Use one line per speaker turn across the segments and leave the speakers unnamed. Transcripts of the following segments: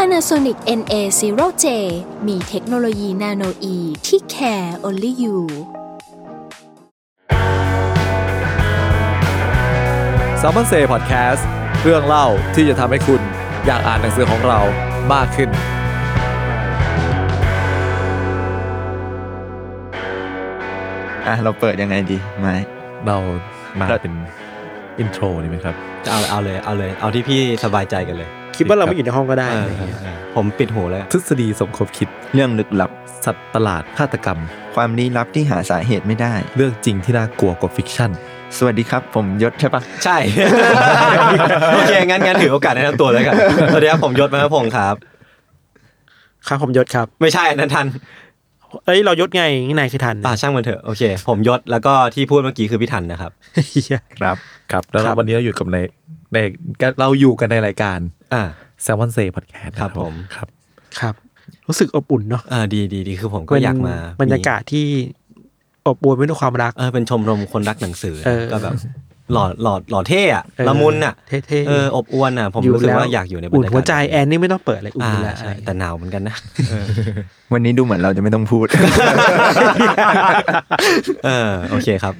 Panasonic NA0J มีเทคโนโลยีนาโนอีที่ care only you
ซ a ม m o n เซ่พอดแคสต์เรื่องเล่าที่จะทำให้คุณอยากอ่านหนังสือของเรามากขึ้น
อ่ะเราเปิดยังไงดีไม่
เรามาเป็นอินโทรนี่ไหมครับ
จะเอาเอาเลยเอาเลย เอาที่พี่สบายใจกันเลย
คิดว่าเราไม่อยู่ในห้องก็ได้อะไรเงี้ย
ผมปิดหูแล้ว
ทฤษฎีสมคบคิด
เรื่องลึกลับ
สัตว์ประหลาดฆาตกรรม
ความลี้ลับที่หาสาเหตุไม่ได้
เรื่องจริงที่น่ากลัวกว่าฟิกชั่น
สวัสดีครับ ผมยศใช่ปะ
ใช่ โอเค งั้นงั้นถือโอกาสแนะนำตัวเลย ครับสวัสดีครับผมยศมณพงศ์ครับ
ครับผมยศครับ
ไม่ใช่อันนั้นทัน
เอ้ยเรายศไงนี่นายคือ ทัน
ป่าช่างมันเถอะโอเค ผมยศแล้วก็ที่พูดเมื่อกี้คือพี่ทันนะครับ
เหี้ย
ครับ
ครับ แล้ว
ครับ
วันนี้เราอยู่กับในในเราอยู่กันในรายการ
อ่า
แซ l ม o n เซ่พอดแคสต์
ครับผม
ครับ
ครับ รู้สึกอบอุ่นเนาะ
อ่าดีดีดีคือผมก็อยากมา
บรรยากาศที่อบอุ่นไปด้วยความรัก
เออเป็นชมรมคนรักหนังสือ
เออ
ก็แบบหล่อหล่อหล่อเท่อะ
เออ
ละมุนอะ
เท่ๆ
เอออบอวนอะผมรู้สึกว่าอยากอยู่ในบรร
อุ่น
ยากาศ
หัวใจแอนนี่ไม่ต้องเปิดอะไรอุ่น
อ่า
อยู่แล้ว
ใช่แต่หนาวเหมือนกันนะ
วันนี้ดูเหมือนเราจะไม่ต้องพูด
เออโอเคครับ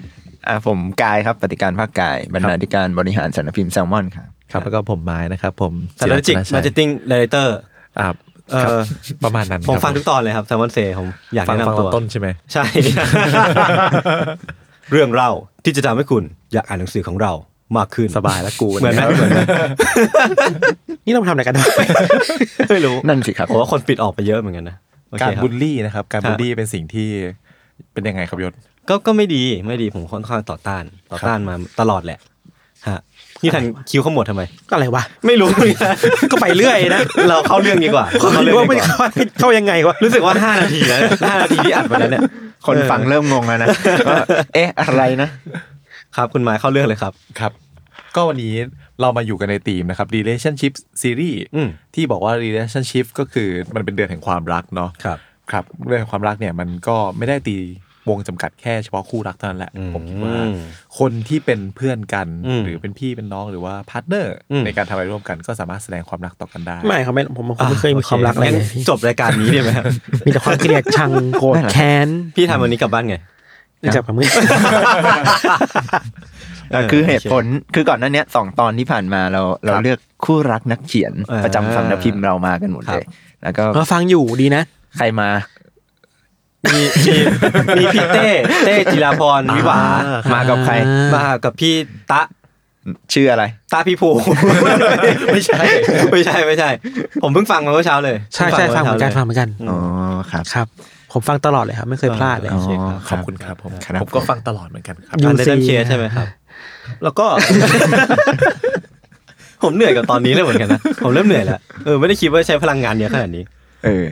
อ่ะผมกายครับปฏิการภาคกาย บรรณาธิการบริหารสารพิมพ์แซลมอนครับ
ครับ แล้วก็ผมไม้นะครับ ผม
strategic
ศิวัฒนชัย
marketing director
อ่า
เออ
ครับประมาณนั้น
ผม
ครับ
ฟังทุกตอนเลยครับแซมมอนเซผมอยาก
ฟัง
แนะ
ฟังต
นำตั
อน
ว
ต้นใช่ไหม
ใช่ เรื่องเล่าที่จะทำให้คุณอยากอ่านหนังสือของเรามากขึ้น
สบายแล้วกู
เหมือนไหมเหมือนไหม
นี่เรามาทำอะไรกัน นะ
ไม่รู้
นั่นสิครับ
ผมว่าคนปิดออกไปเยอะเหมือนกันนะโอเค
กา
ครับ
รูลลี่นะครับ การบูลลี่เป็นสิ่งที่เป็นยังไงครับยศ
ก็ก็ไม่ดีไม่ดีผมค่อนข้างต่อต้าน ต่อต้านมาตลอดแหละฮะนี่ทันคิวขมวดทำไม
อะไรวะ
ไม่ รู้
ก็ไปเรื่อยนะ
เราเข้าเรื่องดีก ว่า
ก็
เข้า
ไม่
เรื่อ
รู้ว่าง มั
ดี
น
กว่า
เข้าเข้ายังไงวะ
รู้สึกว่าห้านาทีแล้วห้านาทีที่อัดมาแล้วเนี่ย
คนฟังเริ่มงงแล้วนะว่าเอ๊ะอะไรนะ
ครับคุณหมายเข้าเรื่องเลยครับ
ครับ ก็วันนี้เรามาอยู่กันในธีมนะครับ relationship series
อืม
ที่บอกว่า relationship ก็คือมันเป็นเดือนแห่งความรักเนาะ
ครับ
ครับเรื่องของความรักเนี่ยมันก็ไม่ได้ตีวงจำกัดแค่เฉพาะคู่รักเท่านั้นแหละ
อืม
ผมคิดว่า คนที่เป็นเพื่อนกัน
อืม
หรือเป็นพี่เป็นน้องหรือว่าพาร์ทเนอร์
อืม
ในการทำอะไรร่วมกันก็สามารถแสดงความรักต่อกันได้
ไม่เขาไม่ผมผมไม่เคยมีความรักอะไรเลย
จบรายการนี้ได้ไหม ครับ
มีแต่ความเกลียดชังโกรธแค้น
พี่ทำวันนี้กลับบ้านไง
นี่จับกับมือ
อ่ะคือเหตุผลคือก่อนหน้าเนี้ยสองตอนที่ผ่านมาเราเราเลือกคู่รักนักเขียน
เออ
ประจำสำนักพิมพ์เรามากันหมด
ครั
เล
บ
ย แล้วก็
มาฟังอยู่ดีนะ
ใครมา
มีมีมีพี่เต้เต้จิราพรวิหวา
มากับใคร
มากับพี่ตะ
ชื่ออะไร
ตาพี่ภู ไม่ใช่ ไม่ใช่ไม่ใช่ ผมเพิ่งฟังมาเมื่อเช้าเลย
ใช่ใช่ฟังเหมือนกันฟัง
เช้าลย
เหมือนกัน
อืม
อ๋อครับ
ครับ ผมฟังตลอดเลยครับไม่เคยพลาดเลย
โอคค
ข
รับ
อบคุณครับผม
ครับ
ผมก็ฟังตลอดเหมือนกันครับ
ยู
อันเดอ
ซี
ร์เคใช่ไหมครับ แล้วก็ ผมเหนื่อยกับตอนนี้เลยเหมือนกันนะ ผมเริ่มเหนื่อยแล้วเออไม่ได้คิดว่าใช้พลังงานเยอะขนาดนี้
เออ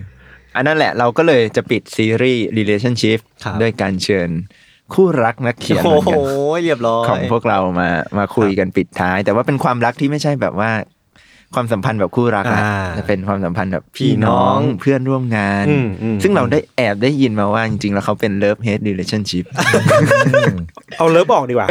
อันนั่นแหละเราก็เลยจะปิดซีรีส์ relationship
ครับ
ด้วยการเชิญคู่รักนักเขียนเห
โอ้
มือน
โห
กัน
เรียบร้อย
ของพวกเรามามาคุยกันปิดท้าย แต่ว่าเป็นความรักที่ไม่ใช่แบบว่า ความสัมพันธ์แบบคู่รักนะ
อ่า
จะเป็นความสัมพันธ์แบบ
พี่น้อง
เพื่อนร่วมงาน
อืมอืม
ซึ่งเราได้แอบได้ยินมาว่าจริงๆ แล้วเขาเป็น love hate relationship
เอาเลิฟออกดีกว่า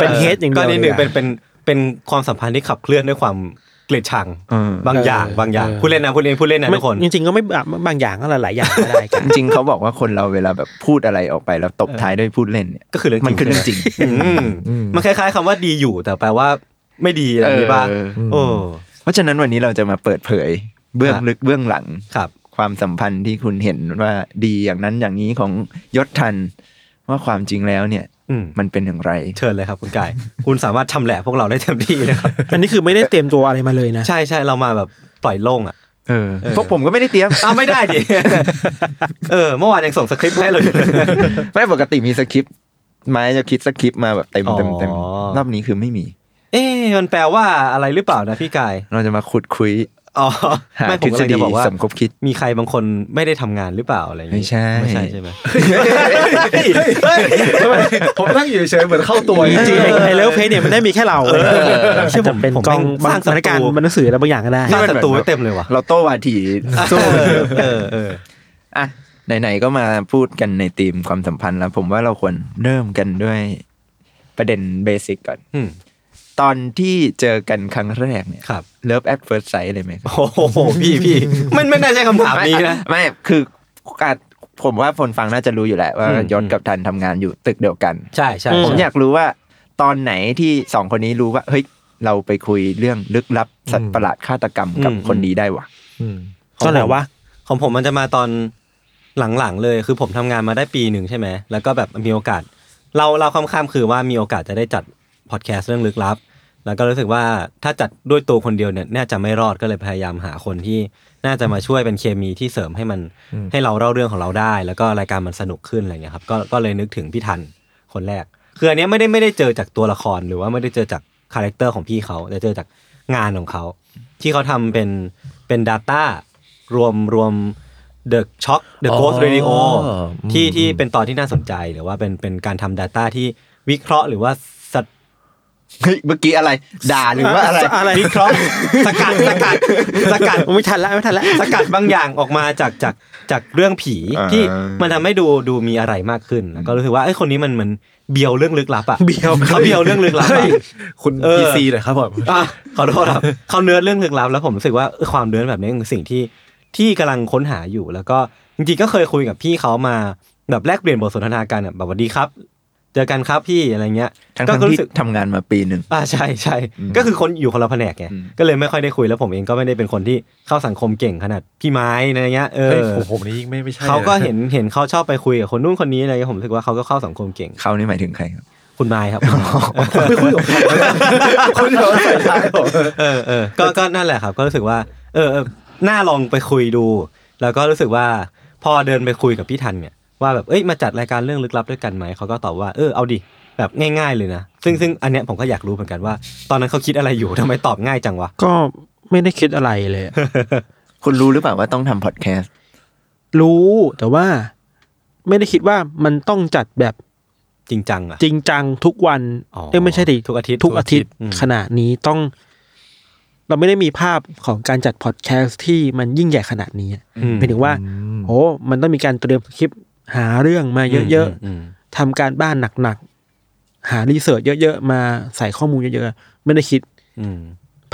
เป็นเฮดอย่างเดียว
ก็นิดหนึ่ง
ดีว่า
เป็นเป็นเป็นความสัมพันธ์ที่ขับเคลื่อนด้วยความเกลียดชัง
เออ
บางอย่าง
เออ
บางอย่างพูดเล่นนะพูดเล่นพูดเล่นนะทุกคน
จริงๆก็ไม่แบบบางอย่างก็หลายๆอย่างก็ได้กัน
จริงๆเขาบอกว่าคนเราเวลาแบบพูดอะไรออกไปแล้วตบท้ายด้วยพูดเล่นเนี่ย
ก็คือเรื่องจริง
มันคือเรื่องจริง
อืมมันคล้ายๆคำว่าดีอยู่แต่แปลว่าไม่ดีอะไรนี้ป่ะ
เออ
โอ้
เพราะฉะนั้นวันนี้เราจะมาเปิดเผย เบื้องลึกเบื้องหลัง
ครับ
ความสัมพันธ์ที่คุณเห็นว่าดีอย่างนั้นอย่างนี้ของยศทัน ว่าความจริงแล้วเนี่ย
อืม
มันเป็นอย่างไร
เชิญเลยครับคุณกาย คุณสามารถชำแหละพวกเราได้เต็มที่นะครับ
อันนี้คือไม่ได้เตรียมตัวอะไรมาเลยนะ
ใช่ใช่เรามาแบบปล่อยโล่งอ่ะ
เออพวกผมก็ไม่ได้เต รียม
อ้าวไม่ได้ดิ เออ เมื่อวานยังส่งสคริปต์ให้เราอยู่เลย
ไม่ปกติมีสคริปต์ไม้จะคิดสคริปต์มาแบบเต็มเต็มเต็ม
อ๋อ
รอบนี้คือไม่มี
เอ๊ะมันแปลว่าอะไรหรือเปล่านะพี่กาย
เราจะมาขุดคุย
อ๋อ
หา
ไม่ผ
ทฤ
ม
ษ
กำลัง
ฎี
จะบอกว่า
สมคบคิด
มีใครบางคนไม่ได้ทำงานหรือเปล่าอะไรอย่างงี้
ไม่ใช่
ไม่ใช่ใช่ไหม
ผมนั่งอยู่เฉยๆเหมือนเข้าตัวจ
จ
ริ
ริ
ง
งๆไอ้เลิฟเพจเนี่ยมันได้มีแค่เราใช่ผมเป็นกองบางสถานการณ์มันหนังสืออะไรบางอย่างก็ได้
สร้างศัตรูไว้เต็มเลยว่ะ
เราโต้วาทีสู้
เออเออ
อ่ะไหนๆก็มาพูดกันในธีมความสัมพันธ์แล้ว ผมว่าเราควรเริ่มกันด้วยประเด็นเบสิกก่อน
อืม
ตอนที่เจอกันครั้งแรกเนี่ย
ครับ
เลิฟแอดเฟิร์สไซส์เลยไหมครับ
โอ้โหพี่พี่ มันไม่น่าใช่คำถามนี้นะ
ไม่ไม่คืออาจผมว่าคนฟังน่าจะรู้อยู่แหละว่า
อืม
ยศกับทันทำงานอยู่ตึกเดียวกัน
ใช่ใช่
ผมอยากรู้ว่าตอนไหนที่สองคนนี้รู้ว่าเฮ้ยเราไปคุยเรื่องลึกลับสัตว์ประหลาดฆาตกรรมกับคนนี้ได้วะ
ก็แหละวะ
ของผมมันจะมาตอนหลังๆเลยคือผมทำงานมาได้ปีหนึ่งใช่ไหมแล้วก็แบบมีโอกาส เราเราค่อนข้ามคือว่ามีโอกาสจะได้จัดพอดแคสต์เรื่องลึกลับ แล้วก็รู้สึกว่าถ้าจัดด้วยตัวคนเดียวเนี่ยน่าจะไม่รอดก็เลยพยายามหาคนที่น่าจะมาช่วยเป็นเคมีที่เสริมให้มันให้เราเล่าเรื่องของเราได้ แล้วก็รายการมันสนุกขึ้นอะไรเงี้ยครับก็ก็เลยนึกถึงพี่ทันคนแรก คืออันเนี้ยไม่ได้ไม่ได้เจอจากตัวละครหรือว่าไม่ได้เจอจากคาแรคเตอร์ของพี่เขาแต่เจอจากงานของเขา ที่เขาทำเป็นเป็น Data รวมรวม The Shock The Ghost Radio ที่ที่เป็นตอนที่น่าสนใจหรือว่าเป็นเป็นการทำ Data ที่วิเคราะห์หรือว่าสะ
เฮ้ยเมื่อกี้อะไร ด่าหรือว่าอะไร
อะไร
วิเคราะห์สกัดสกัดสกัด
ไม่ทันละไม่ทันละ
สกัดบางอย่างออกมาจากจากจากเรื่องผี
อ่า
ที่มันทำให้ดูดูมีอะไรมากขึ้นแล้วก็รู้สึกว่าไอ้ยคนนี้มันมันเบียวเรื่องลึกลับอ่ะ
เบียว
เขาเบียวเรื่องลึกลับอะ
คุณ
เออ
พีซีเลยครับผม
อ่ะขอโทษครับเขาเนื้อเรื่องลึกลับ แล้วผมรู้สึกว่าเออความเนื้อแบบนี้คือสิ่งที่ที่กำลังค้นหาอยู่ แล้วก็จริงๆก็เคยคุยกับพี่เขามาแบบแลกเปลี่ยนบทสนทนากันอะแบบสวัสดีครับ เจอกันครับพี่อะไรเงี้ย
ทั้ง
ก็
ทั้งที่
รู้สึก
ทำงานมาปีหนึ่ง
อ่าใช่ใช่ก็คือคนอยู่คนละแผนกไง
อืม
ก็เลยไม่ค่อยได้คุยแล้วผมเองก็ไม่ได้เป็นคนที่เข้าสังคมเก่งขนาดพี่ไม้ในเงี้ยเอ
เฮ้ย
อ
ผมผมนี่ยิ่งไม่ไม่ใช่
เขาก็
ลยนะ
เห็นเห็นเขาชอบไปคุยกับคนนู้นคนนี้อะไรเงี้ยผมรู้สึกว่าเขาก็เข้าสังคมเก่ง
เขานี่หมายถึงใครครับ
คุณนายครับ
ไม่คุยกับผมคุณเดี๋ยวใส่ท้ายผม
เออเออก็ก็นั่นแหละครับ ก็รู้สึกว่า เออเออน่าลองไปคุยดู แล้วก็รู้สึกว่า พอเดินไปคุยกับพี่ทันเนี่ยว่าแบบเอ้ยมาจัดรายการเรื่องลึกลับด้วยกันไหมเขาก็ตอบว่าเออเอาดิแบบง่าย ๆเลยนะซึ่งซึ่งอันเนี้ยผมก็อยากรู้เหมือนกันว่า ตอนนั้นเขาคิดอะไรอยู่ทำไมตอบง่ายจังวะ
ก็ไม่ได้คิดอะไรเลย
คุณรู้หรือเปล่าว่าต้องทำพอดแคสต์
รู้แต่ว่าไม่ได้คิดว่ามันต้องจัดแบบ
จริงจังอะ
จริงจังทุกวัน
อ๋อ
เอ้ยไม่ใช่ดิ
ทุกอาทิตย์
ทุกอาทิตย์
ทุกอาทิตย์อืม
ขนาดนี้ต้อง เราไม่ได้มีภาพของการจัดพอดแคสต์ที่มันยิ่งใหญ่ขนาดนี้อะ
อืม
เป็นถึงว่าโอ้มันต้องมีการเตรียมคลิปหาเรื่องมาเยอะ
อืมม
ๆทำการบ้านหนักๆ หารีเสิร์ชเยอะๆ มาใส่ข้อมูลเยอะๆ ไม่ได้คิด
อืม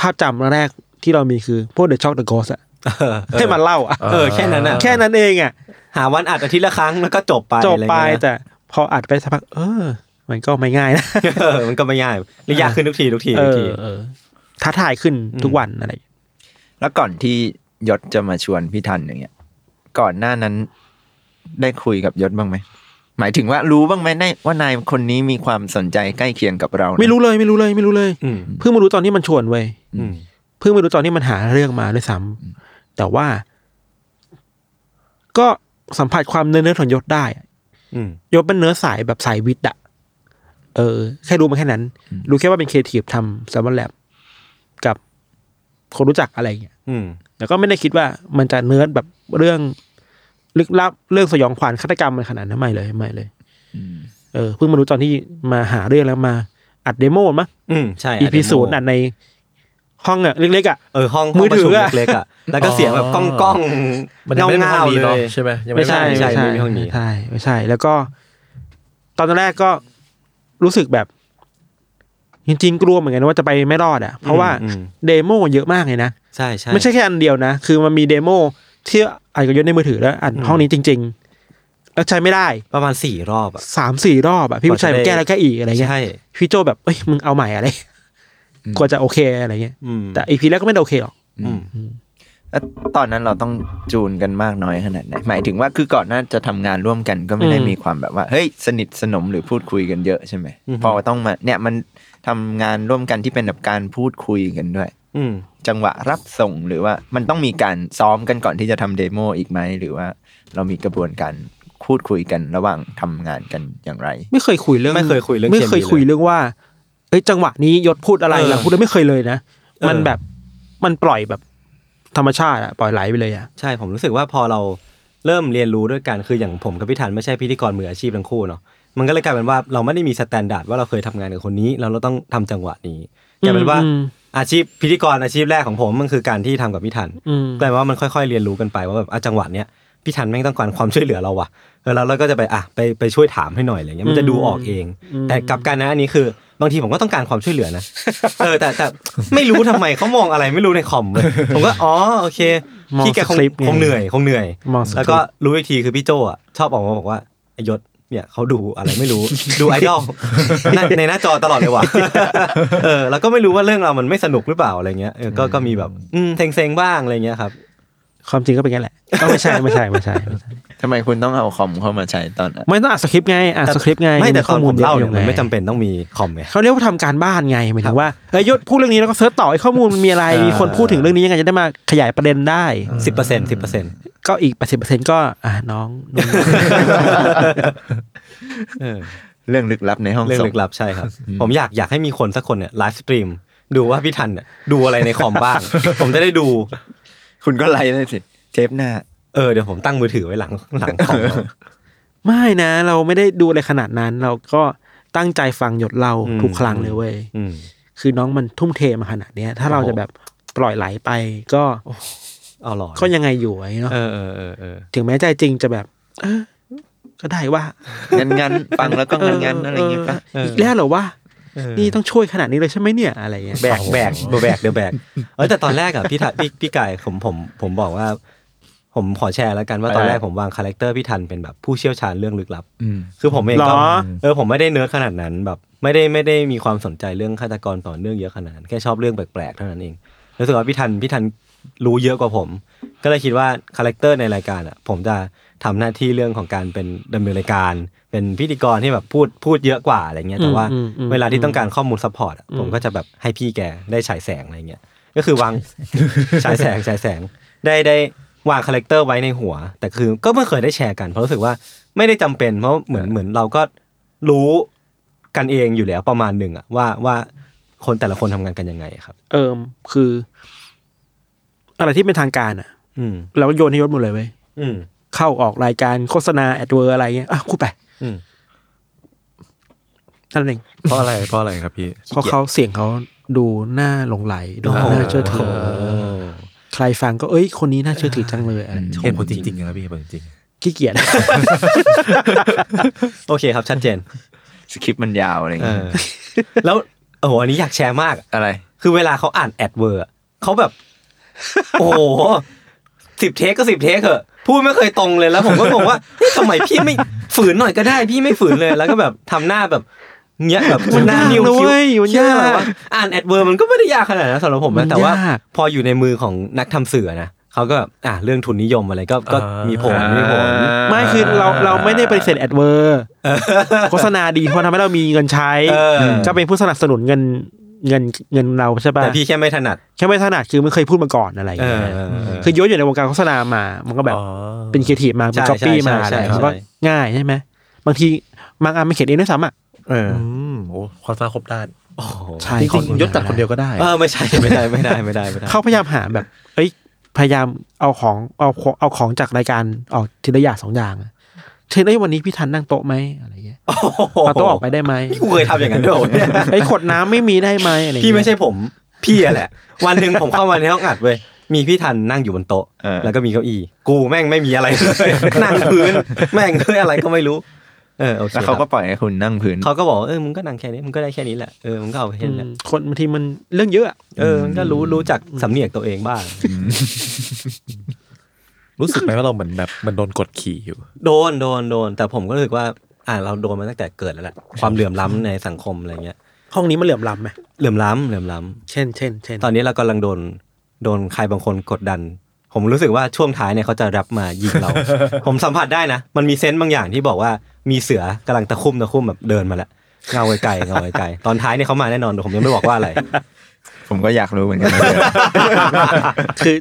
ภาพจำแรกที่เรามีคือพวกเดอะช็อกเดอะโกสอะ
เออเออ
ให้มาเล่าอะ
เออแค่นั้นอะ
แค่นั้นเองอะ
หาวันอัดอาทิตย์ละครั้งแล้วก็จบไป
จบไป
อะไรเงี้ยนะ
แต่พออัดไปสักพักเออ มันก็ไม่ง่ายนะ
เออมันก็ไม่ง่ายและยากขึ้นทุกทีทุกที
เอ
ทุก
อ
ที
เออท้าทายขึ้นทุกวันอะไร
แล้วก่อนที่ยศจะมาชวนพี่ทันอย่างเงี้ย ก่อนหน้านั้นได้คุยกับยศบ้างไหม หมายถึงว่ารู้บ้างไหมได้ว่านายคนนี้มีความสนใจใกล้เคียงกับเรานะ
ไม่รู้เลยไม่รู้เลยไม่รู้เลย
อืม
เพิ่งมารู้ตอนที่มันชวนเว้ย
อืม
เพิ่งมารู้ตอนที่มันหาเรื่องมาด้วยซ้ำแต่ว่า ก็สัมผัสความเนื้อเนื้อของยศได้อะ
อืม
ยศเป็นเนื้อสายแบบสายวิทย์อะเออ แค่รู้มาแค่นั้น รู้แค่ว่าเป็นครีเอทีฟทำแซมเปิลแลบกับคนรู้จักอะไรอย่างเงี้ย
อืม
แต่ก็ไม่ได้คิดว่ามันจะเนื้อแบบเรื่องลึกลับเรื่องสยองขวัญฆาตกรรมมันขนาดนั้นไม่เลยไม่เลยเออเพิ่งมารู้ตอนที่มาหาเรื่องแล้วมาอัดเดโมมั้ย
อืม
อี
ใช่ะ
พี
เดี๋ว
ศูนย์อัดในห้องอะเล็กๆอ่ะ
เออห้อง
มือถือ
ห้งประ
อะ
ชุเล็กๆอ่ะแล้วก็เสียงแบบก้องก้องๆ
มันยังไม่ได้เป็น
เงา
ห้อง
ๆ
นี้
เล
เนาะ
ย
ใช่ไหมยัง
ไม่ใช่
ด้เป็นห้องนี้
ไม่มีห้องนี้
ไม่ใช่ไม่ใช่ แล้วก็ ตอนแรกก็รู้สึกแบบ จริงๆกลัวเหมือนกันว่าจะไปไม่รอดอ่ะ เพราะว่า
อืม
เดโมเยอะมากเลยนะ
ใช่ใช่
ไม่ใช่แค่อันเดียวนะ คือมันมีเดโมที่อัดกับยศในมือถือแล้วอัดห้องนี้จริง ๆ แล้วใช้ไม่ได้
ประมาณสี่รอบอ่ะ
สามสี่รอบอะพี่
ก
ผู้
ว่าจะ
ชายมัน
ได้
แก้แล้วแก้อีกอะไรเงี้ย
ใช่
พี่โจแบบเอ้ยมึงเอาใหม่อะไรกว่าจะโอเคอะไรเงี้ย
อืม
แต่อีพีแรกก็ไม่ได้โอเคหรอก
อืม
แล้วตอนนั้นเราต้องจูนกันมากน้อยขนาดไหน หมายถึงว่าคือก่อนหน้าจะทำงานร่วมกันก็ไม่ได้มีความแบบว่า เฮ้ยสนิทสนมหรือพูดคุยกันเยอะใช่ไหมพอต้องมา เนี่ยมันทำงานร่วมกันที่เป็นแบบการพูดคุยกันด้วย
อืม
จังหวะรับส่งหรือว่ามันต้องมีการซ้อมกันก่อนที่จะทำเดโมอีกไหม หรือว่าเรามีกระบวนการพูดคุยกันระหว่างทำงานกันอย่างไร
ไม่เคยคุยเรื่อง
ไม่เคยคุยเรื่อง
ไม่เคยคุย
เรื่อง
เรื่องว่าเอ้ยจังหวะนี้ยศพูดอะไร
เออ
หลังพูดแล้วไม่เคยเลยนะ
เออ
มันแบบมันปล่อยแบบ ธรรมชาติอะปล่อยไหลไปเลยอะ
ใช่ผมรู้สึกว่าพอเราเริ่มเรียนรู้ด้วยกันคืออย่างผมกับพี่ธันไม่ใช่พิธีกรมืออาชีพทั้งคู่เนาะมันก็เลยกลายเป็นว่าเราไม่ได้มีสแตนดาร์ดว่าเราเคยทำงานกับคนนี้แล้วเราต้องทำจังหวะนี้กลายเป็นว่า
อืม
อาชีพพิธีกรอาชีพแรกของผมมันคือการที่ทำกับพี่ธัน
อืม
กลายเป็นว่ามันค่อยๆเรียนรู้กันไปว่าแบบอ่ะจังหวะเนี้ยพี่ธันแม่งต้องการความช่วยเหลือเราว่ะเออแล้วเราก็จะไปอ่ะไปไปช่วยถามให้หน่อยอะไรเงี้ยมันจะดูออกเอง แต่กลับกันนะอันนี้คือบางทีผมก็ต้องการความช่วยเห ลือนะ เออแต่แต่ไม่รู้ทำไมเขามองอะไรไม่รู้ในคอมเลยผมก็อ๋อโอเค
มอง
พี่แกคง
สริปต์ไ
คงเหนื่อยคงเหนื่อย
มองสคริปต์
แล้วก็รู้อีกทีคือพี่โจอ่ะชอบออกมาบอกว่าไอยศเนี่ยเขาดูอะไรไม่ รู้ ดูไอดอลในในหน้าจอตลอดเลยว่ะ เออแล้วก็ไม่รู้ว่าเรื่องเราวมันไม่สนุกหรือเปล่าอะไรเงี้ยเออก็ก็มีแบบอืมเซ็งๆบ้างอะไรเงี้ยครับ
ความจริงก็เป็นอย่างนั้นแหละก็ไม่ใช่ไม่ใช่ไม่ใช่ไม่ใช่
ทำไมคุณต้องเอาคอมเข้ามาใช้ตอนนั้น
ไม่ต้องอ่านสคริปต์ไงอ่าน
แต่
สคริปต์ไง
ไม่แต่ต
ข้
อนผม
ยะ
เล่าเนี่ย
อ
มันไม่จำเป็นต้องมีคอมไง
เขาเรียกว่าทำการบ้านไงหมายถึงว่าเอ้ยยศพูดเรื่องนี้แล้วก็เสิร์ชต่อไอ้ข้อมูลมันมีอะไร
เออ
มีคนพูดถึงเรื่องนี้ยังไงจะได้มาขยายประเด็นได้
สิบเปอร์เซ็นต์สิบเปอร์เซ็นต์
ก็อีกแปดสิบเปอร์เซ็นก็อ่ะน้องนุ่ม
เรื่องลึกลับในห้อง
เรื่อง
ส่ง
ลึกลับใช่ครับ ผมอยากอยากให้มีคนสักคนเนี่ยไลฟ์สตรีมดูว่าพี่ทันเนี่ยดูอะไรในคอมบ้าง ผมจะได้ดู
คุณก็ไล่เลยสิเทปหน้า
เออเดี๋ยวผมตั้งมือถือไว้หลังหลังคอมเอา
ไม่นะเราไม่ได้ดูอะไรขนาดนั้น เราก็ตั้งใจฟังหยดเรา
อืม
ทุกครั้งเลยเว้ย
อืม
คือน้องมันทุ่มเทมาขนาดเนี้ย ถ้าเรา
โอ้โห
จะแบบปล่อยไหลไปก็
เอาหรอ
ก็ยังไงอยู่ไอ้เนาะ
เออเออเออเออ
ถึงแม้ใจจริงจะแบบ เออก็ได้ว่า
งั้นงั้นๆฟังแล้วก็งั้นงั้นๆอะไรอย่างเงี้ยปะ
เอออีกแล้วเหรอวะนี่ต้องช่วยขนาดนี้เลยใช่ไหมเนี่ยอะไรเงี้ย
แบกแบกเดอะแบกเดอะแบกเออแต่ตอนแรกอะพี่ทันพี่พี่กายผมผมผมบอกว่า ผมขอแชร์แล้วกันว่าตอนแรกผมวางคาแรคเตอร์พี่ทันเป็นแบบผู้เชี่ยวชาญเรื่องลึกลับ
อืม
คือผมเอง
หร
ก็
อ
เออผมไม่ได้เนื้อขนาดนั้นแบบ ไม่ได้ไม่ได้มีความสนใจเรื่องฆาตกรต่อเนื่องเยอะขนาดนั้นแค่ชอบเรื่องแปลกๆเท่านั้นเองรู้สึกว่าพี่ทันพี่ทันรู้เยอะกว่าผม ก็เลยคิดว่าคาแรคเตอร์ในรายการอ่ะ ผมจะทำหน้าที่เรื่องของการเป็นดำเนินรายการ เป็นพิธีกรที่แบบพูดพูดเยอะกว่าอะไรเงี้ยแต่ว่า
อืมอืม
เวลาที่ต้องการข้อมูลซัพพอร์ตอะผมก็จะแบบให้พี่แกได้ฉายแสงอะไรเงี้ยก็คือวาง ฉายแสงฉายแสงได้ได้วางคาแรคเตอร์ไว้ในหัว แต่คือก็ไม่เคยได้แชร์กันเพราะรู้สึกว่าไม่ได้จำเป็นเพราะเหมือนเหมือนเราก็รู้กันเองอยู่แล้วประมาณหนึ่งอะว่าว่าคนแต่ละคนทำงานกันยังไงอะครับ
เอิมคือ อะไรที่เป็นทางการอ่ะ
อืม
เราก็โยนให้ยศหมดเลยเว้ย
อืม
เข้าออกรายการโฆษณาแอดเวอร์อะไรเงี้ยอ่ะคู่ไป
อืม
นั่นเอง
เพราะอะไรเพราะอะไรครับพี่
เพราะเขาเสียงเขาดูน่าหลงไหลดูน่าเชื่อถือ ใครฟังก็เอ้ยคนนี้น่าเชื่อถือจังเลยอะไร
เห็นผลจริงๆนะครับพี่เห็นผลจริง
ขี้เกียจ
โอเคครับชัดเจน
สคริปต์มันยาวอะไรอย่าง
เอ
เงี้ย
อ แล้วโอ้โหอันนี้อยากแชร์มาก
อะไร
คือเวลาเขาอ่านแอดเวอร์อะเขาแบบ โอ้โหสิบเทคก็สิบเทคเหอะพูดไม่เคยตรงเลยแล้ว ผมก็บอกว่าเฮ้ยทำไมพี่ไม่ฝืนหน่อยก็ได้ พี่ไม่ฝืนเลยแล้วก็แบบทำหน้าแบบเงี้ยแบบ
มัน
หน้าย
าก
นิ้ว
นะ
คิ้ว
เว้ยมัน
เชื่อย
าก
ไหมวะอ่านแอดเวอร์มันก็ไม่ได้ยากขนาดนั้นสำหรับผม
มั
นะ
น
แต่ว่าย
าก
พออยู่ในมือของนักทำสื่อนะเขาก็แบบอ่ะเรื่องทุนนิยมอะไรก็ก็มีผลมีผล
ไม่คือเราเราไม่ได้ปฏิเสธแอดเวอร์โฆษณาดีเพราะทำให้เรามีเงินใช้
เออ
ก็เป็นผู้สนับสนุนเงินเงินเงินเราใช่ป่ะ
แต่พี่แค่ไม่ถนัด
แค่ไม่ถนัดคือไม่เคยพูดมาก่อนอะไรอย่างเงี้ย
เออเออเออ
คือยศอยู่ในวงการโฆษณามา มันก็แบบเป็นครีเอทีฟมาเป็น
ใช่
ก๊อปปี้
ใช่
มา
ใช่
อะไร
ใช่
มันก็
ใช่
ง่ายใช่ไหมบางทีบางอันมันเขียนเองด้วยซ้ำอ่ะ
เออ
อืมโอ้ความสามารถครบด้าน
โอ้โห
ใช่
จริงๆยศตัดคนเดียวก็ได้
เออไม่ใช่ไม่ได้ไม่ได้ไม่ได้ไม่ได้
เขาพยายามหาแบบ เอ้ยพยายามเอาของเอาของเอาของจากรายการออกทีละอย่างสองอย่างอะเช่นไอ้ยวันนี้พี่ทันนั่งโต๊ะไหมอะไรเงี้ยเอาโต๊ะออกไปได้ไหม
กูเคยทำอย่างนั้นด้วยเหรอเนี่ย
ไอ้ขวดน้ำไม่มีได้ไหมอะไรอย่าง
พี่
เงี้ย
ไม่ใช่ผมพี่อะแหละ วันหนึ่งผมเข้ามาในห้องอัดเว้ยมีพี่ทันนั่งอยู่บนโต๊ะ
เออ
แล้วก็มีเก้าอี้กูแม่งไม่มีอะไรเลย นั่งพื้นแม่งเฮ้ยอะไรก็ไม่รู้ เออโอเค
แล้วเขาก็ปล่อยให้คุณนั่งพื้น
เขาก็บอกเออมึงก็นั่งแค่นี้มึงก็ได้แค่นี้แหละเออมึงก็เอาแค่
อื
นี้แห
ม
ละ
คนบางทีมันเรื่องเยอะอะ
เออมันก็รู้รู้จักสำเนียกตัวเองบ้าง
รู้สึกไหมว่าเราเหมือนแบบเหมันโดนกดขี่อยู่
โดนโดนโดน แต่ผมก็รู้สึกว่า อ่าเราโดนมาตั้งแต่เกิดแล้วแหละความเหลื่อมล้ำในสังคมอะไรเงี้ย
ห้องนี้มันเหลื่อมล้ำไหม
เหลื่อมล้ำเหลื่อมล้ำ
เช่นเช่นเช่น
ตอนนี้เรากำลังโดนโดนใครบางคนกดดัน ผมรู้สึกว่าช่วงท้ายเนี่ยเขาจะรับมายิง เรา ผมสัมผัสได้นะ มันมีเซนส์บางอย่างที่บอกว่ามีเสือกำลังตะคุ่มตะคุ่มแบบเดินมาแล้วเงาไกลๆเงาไกลๆตอนท้ายเนี่ยเขามาแน่นอนแต่ผมยังไม่บอกว่าอะไร
ผ มก็อยากรู้เหมือนกัน
คือ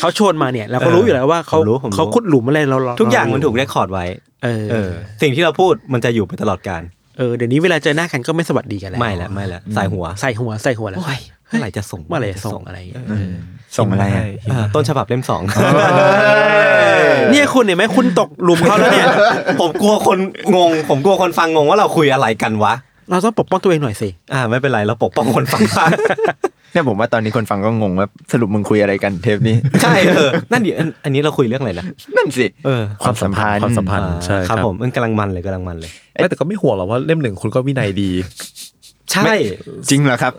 เขาชวนมาเนี่ยเราก็รู้อยู่แล้วว่าเขา
ผมรู้ผมรู้
เขาขุดหลุมอะไรเราเร
ทุกอย่างมันถูกเรคคอร์ดไว้
เออ
เออ สิ่งที่เราพูดมันจะอยู่ไปตลอดการ
เออเดี๋ยวนี้เวลาเจอหน้ากันก็ไม่สวัสดีกันแล้ว
ไม่ละไม่ละสายหัว
ใส่หัวใส่หัวแล้ว
โอ้ย เมื่อไหร่จะส่ง
เมื่อไหร่จะส่งอะไรอย่างเงี้ย
ส่งอะไรอะ
เออต้นฉบับเล่มสอง
เนี่ยคุณเห็นไหมคุณตกหลุมเขา
เขา
แล้
แล้วว
เนี่
เนี่ย ย ผมกลัวคนงง ผมกลัวคนฟังงงว่าเราคุยอะไรกันวะ
เราต้องปกป้องตัวเองหน่อยสิ
อ่า ไม่เป็นไรเราปกป้องคนฟัง
เนี่ยผมว่าตอนนี้คนฟังก็งงว่าสรุปมึงคุยอะไรกันเทปนี้
ใช่เออนั่น ดิอันอันนี้เราคุยเรื่องอะไรนะ
นั่นสิ
เออ
ความสัมพันธ์
ความสัมพันธ์
อ่า
ใช่
ครับผมเออกำลังมันเลยกำลังมันเลย
ไม่แต่ก็ไม่ห่วงหรอกว่าเล่มหนึ่งคุณก็วินัยดี
ใช่
จริงเหรอครับ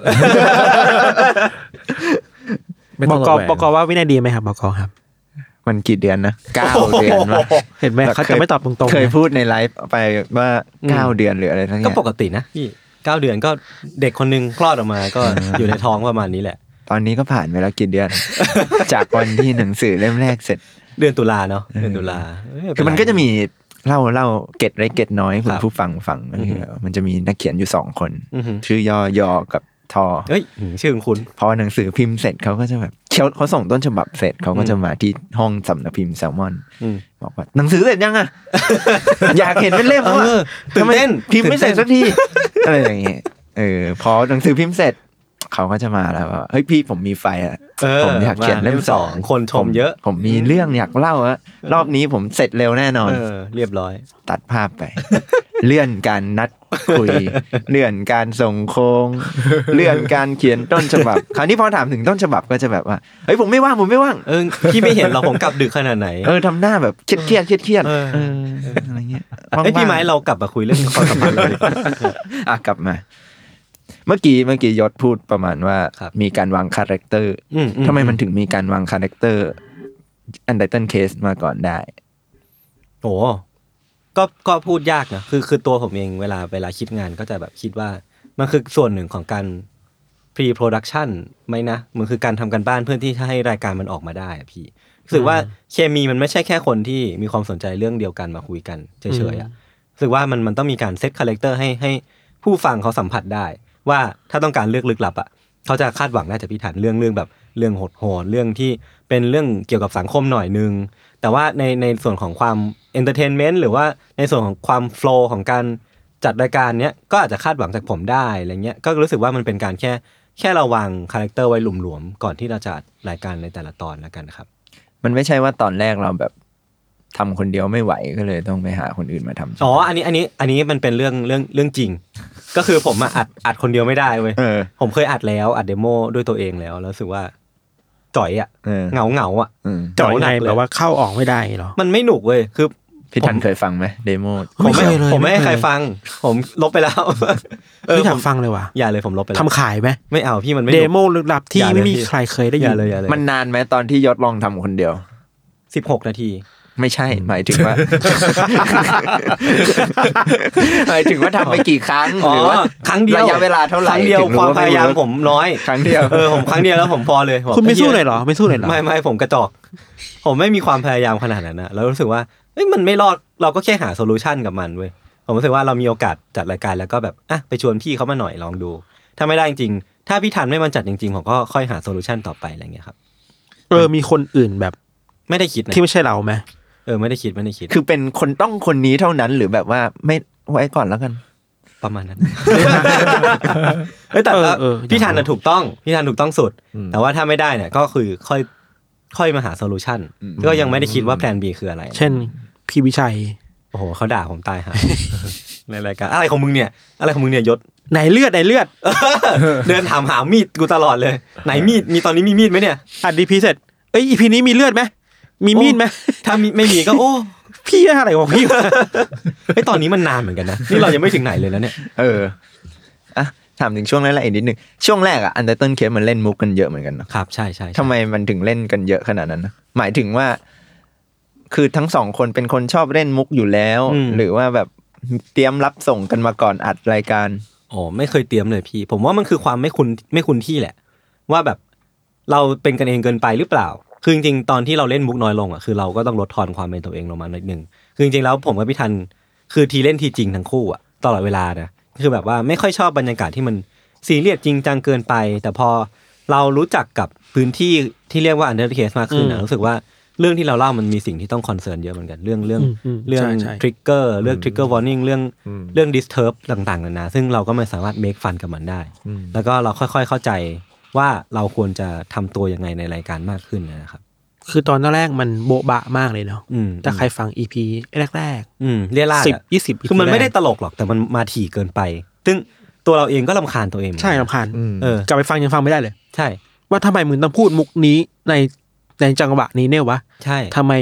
ไม่
บ
ต้อก ง
ก
ระแวง
บกว่าวินัยดีไหมครับบกครับ
มันกี่เดือนนะเก้าเดือนวะ
เห็นไหมเขาจะไม่ตอบตรงๆ
เคย
นะ
พูดในไลฟ์ไปว่าเก้าเดือนหรืออะไรทั้ง
ก็
เนี้
ป
ย
กตินะพี่เก้าเดือนก็เด็กคนหนึงคลอดออกมาก็อยู่ในท้องประมาณนี้แหละ
ตอนนี้ก็ผ่านไปแล้วกี่เดือน จากวันที่หนังสือเล่มแรกเสร็จ
เดือนตุลาเนาะเดือนตุลาเย
คือมันก็จะมีเล่าเล่าเก็ตไรเก็ตน้อยให้คุณ
ครับ
ผู้ฟังฟังก็คือมันจะมีนักเขียนอยู่สองคน
อือหือ
ชื่อย่อยอกับทอ
เอ้ยหืมชื่อของคุณ
พอหนังสือพิมพ์เสร็จเขาก็จะแบบเขาเขาส่งต้นฉบับเสร็จเขาก็จะมาที่ห้องสำนักพิมพ์แซลมอน
อืม
บอกว่าหนังสือเสร็จยัง อ่ะ อยากเห็นเป็นเล่มแล้ว
เออ
อะ
ตื่นเต้น
ทำไมพิมพ์ไม่เสร็จ
ตื่
สั
น
ก
เต้น
ที อะไรอย่างเงี้ยเออพอหนังสือพิมพ์เสร็จเขาก็จะมาแล้วว่าเฮ้ยพี่ผมมีไฟอ่ะผมอยากเขียนเล่มสอง
คนชมเยอะ
ผมผมมีเรื่องอยากเล่าอะรอบนี้ผมเสร็จเร็วแน่นอน
เออเรียบร้อย
ตัดภาพไป เลื่อนการนัดคุ ย เลื่อนการส่งโครงเลื่อนการเขียนต้นฉบับ คราวนี้พอถามถึงต้นฉบับก็จะแบบว่าเฮ้ยผมไม่ว่างผมไม่ว่าง
เออพี่ไม่เห็นเราผมกลับดึกขนาดไหน
เออทำหน้าแบบเครียดเครียดเครียดเครียด
เออ
เอออะไรเงี้ย
ไอย
ว่งๆ
พี่ไม้เรากลับมาคุยเรื่องความสัมพันธ์เลย
อ่ะกลับมา เมื่อกี้เมื่อกี้ยศพูดประมาณว่า
ครับ
มีการวางคาแรคเตอร์
อือื
ทำไมมันถึงมีการวางคาแรคเตอร์อันไตเติลเคสมาก่อนได้
โอ้ก็ก็พูดยากนะคือคือตัวผมเองเวลาเวลาคิดงานก็จะแบบคิดว่า มันคือส่วนหนึ่งของการ pre production ไหมนะมันคือการทำกันบ้านเพื่อที่จะให้รายการมันออกมาได้อะพี่รู้สึกว่าเคมีมันไม่ใช่แค่คนที่มีความสนใจเรื่องเดียวกันมาคุยกันเฉยๆอะรู้สึกว่ามันมันต้องมีการเซตคาแรคเตอร์ให้ให้ผู้ฟังเขาสัมผัสได้ ว่าถ้าต้องการเลือกลึกลับอะเขาจะคาดหวังได้จากพี่ถันเรื่องเรื่องแบบเรื่องโหดๆเรื่องที่เป็นเรื่องเกี่ยวกับสังคมหน่อยนึง แต่ว่าในในส่วนของความเอนเตอร์เทนเมนต์หรือว่าในส่วนของความโฟล์ของการจัดรายการเนี้ยก็อาจจะคาดหวังจากผมได้อะไรเงี้ยก็รู้สึกว่ามันเป็นการแค่แค่เราวางคาแรคเตอร์ไว้หลวมๆ ก่อนที่เราจะอัดรายการในแต่ละตอนแล้วกันครับ
มันไม่ใช่ว่าตอนแรกเราแบบทำคนเดียวไม่ไหวก็เลยต้องไปหาคนอื่นมาทำ
อ๋อ อันนี้อันนี้อันนี้มันเป็นเรื่องเรื่องเรื่องจริง ก็คือผมมาอัดอัดคนเดียวไม่ได้เว้ย
เออ
ผมเคยอัดแล้วอัดเดโมด้วยตัวเองแล้วแล้วรู้สึกว่าจ่อยอะ
เออ
เหงาเหงาๆอะ
อืม
จ่อยในแบบว่าเข้าออกไม่ได้เหรอ
มันไม่หนุกเว้ยคือ
พี่ทันเคยฟังไหมเดโม
ผมไม่
ไม่เคยเลย
ผมไม่ให้
ไม่เคย
ใครฟัง ผมลบไปแล้ว เออ
พี่
ผ
ถาม มฟังเลยว่ะ
อย่าเลยผมลบไปแล้ว
ทำขายไหม
ไม่เอาพี่มันไม่
เด
ดู
โมลึกลับที่
อย่าเลย
ไม่มี
พี่
ใครเคยได้
อ
ยิ
ย่าน เลยอย่าเลย
มันนานไหมตอนที่ยศลองทำคนเดียว
สิบหกนาที
ไม่ใช่ หมายถึ งว่า หมายถึงว่าทำไปกี่ครั้ง
อ๋อ
หรือว่า
ครั้งเดียว
ระยะเวลาเท่าไหร่
ครั้งเดียว
ถึรู้
ความพยายามผมน้อย
ครั้งเดียว
เออผมครั้งเดียวแล้วผมพอเลย
คุณไม่สู้เลยเหรอไม่สู้เลยเหรอ
ไม่ไม่ผมกระจอก ผมไม่มีความพยายามขนาดนั้นนะแล้วรู้สึกว่าเอ้ยมันไม่รอดเราก็แค่หาโซลูชันกับมันเว้ยผมรู้สึกว่าเรามีโอกาสจัดรายการแล้วก็แบบอ่ะไปชวนพี่เขามาหน่อยลองดู ถ้าไม่ได้จริงๆถ้าพี่ทันไม่มาจัดจริงๆผมก็ค่อยหาโซลูชันต่อไปอะไรเงี้ยครับ
เออมีคนอื่นแบบ
ไม่ได้คิดนะ
ที่ไม่ใช่เราไหม
เออไม่ได้คิดไม่ได้คิด
คือเป็นคนต้องคนนี้เท่านั้นหรือแบบว่าไม่ไว้ก่อนแล้วกัน
ประมาณนั้น เอ้ยแต่
เออ
ว่า
เออ
พี่ธันน่ะถูกต้องพี่ธันถูกต้องสุด แต่ว่าถ้าไม่ได้เนี่ยก็คือค่อยค่อยมาหาโซลูชันก็ยังไม่ได้คิดว่าแพลน B คืออะไร
เช่นพี่วิชัย
โอ้โหเขาด่าผมต ายฮะ ในรายการอะไรของมึงเนี่ย อะไรของมึงเนี่ยยศ
ไหนเลือดไหนเลือด
เดินถามหามีดกูตลอดเลย ไหนมีดมีตอนนี้มีมีดไหมเนี่ย
อัดดีพีเสร็จเอ้ยอีพีนี้มีเลือดไหมมีมีดไหม
ถ้ามีไม่มีก็โอ้
พี่อะไรของ พี่วะ
ไอยตอนนี้มันนานเหมือนกันนะนี่เรายังไม่ถึงไหนเลยแล้วเนี่ย
เอออ่ะถามถึงช่วงแรกๆอีกนิดนึงช่วงแรกอะอันเดอร์ต้นเคสมันเล่นมุกกันเยอะเหมือนกันเนอะ
ครับใช่ใช่ใช่
ทำไมมันถึงเล่นกันเยอะขนาดนั้นนะหมายถึงว่า คือทั้งสองคนเป็นคนชอบเล่นมุกอยู่แล้ว หรือว่าแบบเตรียมรับส่งกันมาก่อนอัดรายการ
อ๋อไม่เคยเตรียมเลยพี่ ผมว่ามันคือความไม่คุ้นไม่คุ้นที่แหละ ว่าแบบเราเป็นกันเองเกินไปหรือเปล่า คือจริงๆ ตอนที่เราเล่นมุกน้อยลงอ่ะ คือเราก็ต้องลดทอนความเป็นตัวเองลงมาหน่อยหนึ่ง คือจริงๆ แล้วผมกับพี่ทัน คือทีเล่นทีจริงทั้งคู่อ่ะตลอดเวลานะ คือแบบว่าไม่ค่อยชอบบรรยากาศที่มันซีเรียสจริงจังเกินไป แต่พอเรารู้จักกับพื้นที่ที่เรียกว่าอันเดอร์เคสมากขึ้นนะ
อืม
รู้สึกว่าเรื่องที่เราเล่ามันมีสิ่งที่ต้องคอนเซิร์นเยอะเหมือนกันเรื่องเรื่อง
อืมอืม
เรื่อง
ใช่ใช่
ทริกเกอร์เรื่องทริกเกอร์วอร์นิ่งเรื่องเรื่องดิสเทิร์บต่างๆนานาซึ่งเราก็ไม่สามารถเมคฟันกับมันได้ แล้วก็เราค่อยๆเข้าใจ ว่าเราควรจะทำตัวยังไงในรายการมากขึ้นนะครับ
คือตอนแรกๆมันโบะบะมากเลยเนาะ
อืม
ถ้าใครฟังอีพีแรก
อืมเรียราด
ๆสิบ
อะ
ยี่สิบ EP
คือมันไม่ได้
แรก
ตลกหรอกแต่มันมาถี่เกินไป ซึ่งตัวเราเองก็ลำคาญตัวเองเหมือน
ใช่
กัน
ลำคาญ
อืม
เออก
ลับไปฟังยังฟังไม่ได้เลย
ใช่
ว่าทำไมมึงต้องพูดมุกนี้ในในจังหวะนี้เนี่ยวะ
ใช่
ทำไม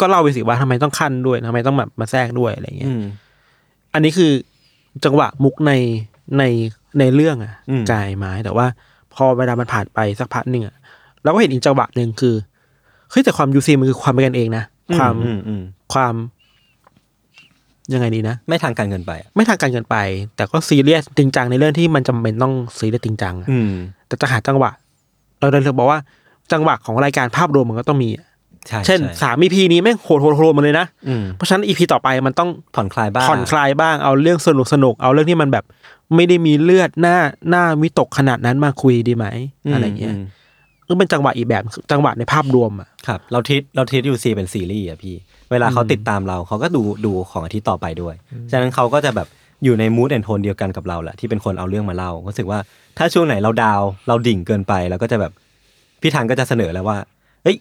ก็เล่าไปสิว่าทำไมต้องขั้นด้วยทำไมต้องแบบมาแทรกด้วยอะไรเงี้ย
อืม
อันนี้คือจังหวะมุกในในในเรื่องอะ
อืม
กายไม้แต่ว่า พอเวลามันผ่านไปสักพักหนึ่งอะเราก็เห็นอีกจังหวะหนึ่งคือเฮ้ยแต่ความยูซีมันคือความเป็นกันเองนะความ
อือืม
ความยังไงดีนะ
ไม่ทางการเงินไปอะ
ไม่ทางการเกินไป แต่ก็ซีเรียสจริงจังในเรื่องที่มันจำเป็นต้องซีเรียสจริงจังอะ
อืม
แต่จะหาจังหวะ เราเดินถึงบอกว่าจังหวะของรายการภาพรวมมันก็ต้องมีอะ
ใช่
เช่น
ใช่
สามอีพีนี้แม่งโหดโหดโหดมาเลยนะ
อืม
เพราะฉะนั้นอีพีต่อไปมันต้อง
ผ่อนคลายบ้าง
ผ่อนคลายบ้างเอาเรื่องสนุกสนุกเอาเรื่องที่มันแบบ ไม่ได้มีเลือดหน้าหน้าวิตกขนาดนั้นมาคุยดีไหม
ม
อะไรเงี้ย
ม
ก็เป็นจังหวะอีกแบบจังหวะในภาพรวมอะ
ครับ เราทิศเราทิศยูซีเป็นซีรีส์อะพี่ เวลาเขาติดตามเราเขาก็ดูดูของอาทิตย์ต่อไปด้วย ฉะนั้นเขาก็จะแบบอยู่ในมูดแอนโทนเดียวกันกับเราแหละที่เป็นคนเอาเรื่องมาเล่าก็รู้สึกว่าถ้าช่วงไหนเราดาวน์เราดิ่งเกินไปเราก็จะแบบพี่ทันก็จะเสนอแล้วว่าเอ้ย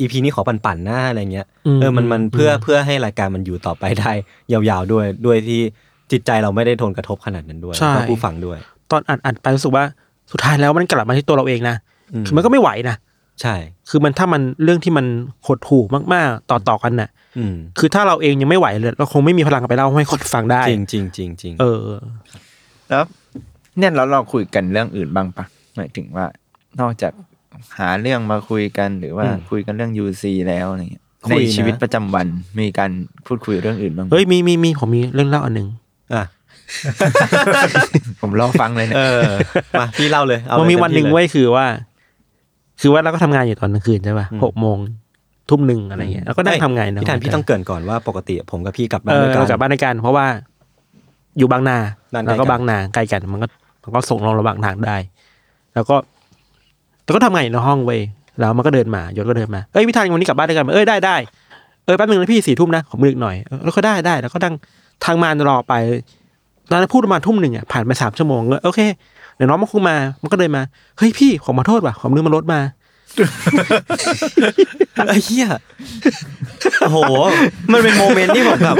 อีพีนี้ขอปั่นๆหน้าอะไรเงี้ย
อืม
เออมันมัน
อืม
เพื่อเพื่อให้รายการมันอยู่ต่อไปได้ ยาวๆด้วยด้วยที่จิตใจเราไม่ได้โดนกระทบขนาดนั้นด้วยแล้วก็ผู้ฟังด้วย
ตอนอัดอัดไปรู้สึกว่าสุดท้ายแล้วมันกลับมาที่ตัวเราเองนะ
อืม
คือมันก็ไม่ไหวนะ
ใช่
คือมันถ้ามันเรื่องที่มันหดหู่มากๆ ต่อต่อๆกันน่ะ
อืม
คือถ้าเราเองยังไม่ไหวเลยเราคงไม่มีพลังไปเล่าให้คนฟังได้
จริงจริงจริงจริง
เออ
แล้วเนี่ยเราเราคุยกันเรื่องอื่นบ้างปะหมายถึงว่า นอกจากหาเรื่องมาคุยกันหรือว่าคุยกันเรื่อง UC แล้วอะไรเงี้ยในชีวิตประจำวันมีการพูดคุยเรื่องอื่นบ้างปะ
เฮ้ยมีมีมีผมมีเรื่องเล่าอันหนึ่ง
อ่ะ
ผมรอฟังเลยเนะ
เออ มาพี่เล่าเลยเอาเลย
มันมีวันหนึ่ง
ต็ที่ล
เว้ยคือว่า คือว่าเราก็ทำงานอยู่ตอนกลางคืนใช่ป่ะ
อืม
หกโมงทุ่มหนึ่งอะไรเงี้ยแล้วก็นั่งทำงานนะ
พี่ทันพี่ต้องเกินก่อนว่าปกติผมกับพี่กลับ
เอ
บ้าน
อ
ด้วยกั
เรา
น
กลับบ้านในการ เพราะว่าอยู่บางนา
บ้านใกล้
แล้วก็
กัน
บางนาใกล้กันมันก็มันก็ส่งลงระหว่างทางได้ แล้วก็แล้วก็ทำงานอยู่ในห้องเว้ยแล้วมันก็เดินมายศก็เดินมาเอ้ยพี่ทันวันนี้กลับบ้านด้วยกันไหมเอ้ยได้ได้ เออแป๊บนึงนะพี่สี่ทุ่มนะผมดึกหน่อยเออแล้วก็ได้ได้แล้วก็ดังทางมานรอไปตอนนั้นพูดประมาณทุ่มหนึ่งอ่ะผ่านไปสามชั่วโมงแล้วโอเคเดี๋ยวน้องมันคงมา มันก็เดินมาเฮ้ยพี่ผมขอโทษว่ะผมลืมมารถมา
ไอ้เหี้ยโอ้โห มันเป็นโมเมนต์ที่ผมแบบ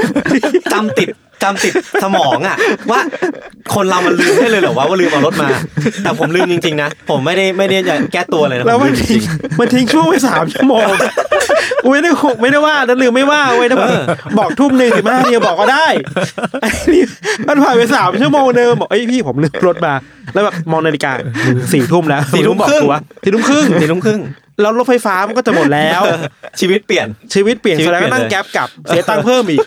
จำติดจำติดสมองอะว่าคนเรามันลืมได้เลยเหรอวะว่าลืมเอารถมา แต่ผมลืมจริงๆนะ ผมไม่ได้ไม่ได้จะแก้ตัวเลยนะ
แล้ว
ผม
มัน
ลืมจ
ทิ้
ริ
ง
ง
มันทิ้งช่วงไปสามชั่วโมงอุ้ย ไม่ได้หกไม่ได้ว่าแล้วลืมไม่ว่าเว้ยนะบอกทุ่มหนึ่งสิบห้าทีบอกก็ได้ ไอ้นี่มันผ่านไปสามชั่วโมงเดิมบอกไอ้ยพี่ผมลืมรถมา แล้วแบบมองนาฬิกาสี่ทุ่มแล้ว
สี่ทุ่ม
บอก
ครึ่ง
กูว่าสี่ทุ่มครึ่ง
ๆสี่ทุ่มครึ่ง
แล้วรถไฟฟ้ามันก็จะหมดแล้ว
ชีวิตเปลี่ยน
ชีวิตเปลี่ยน
ชีวิ
แสด
ต
งว่านั่ง
เปลี่ยนเลย
แก๊ปกลับเสียตังค์เพิ่มอีก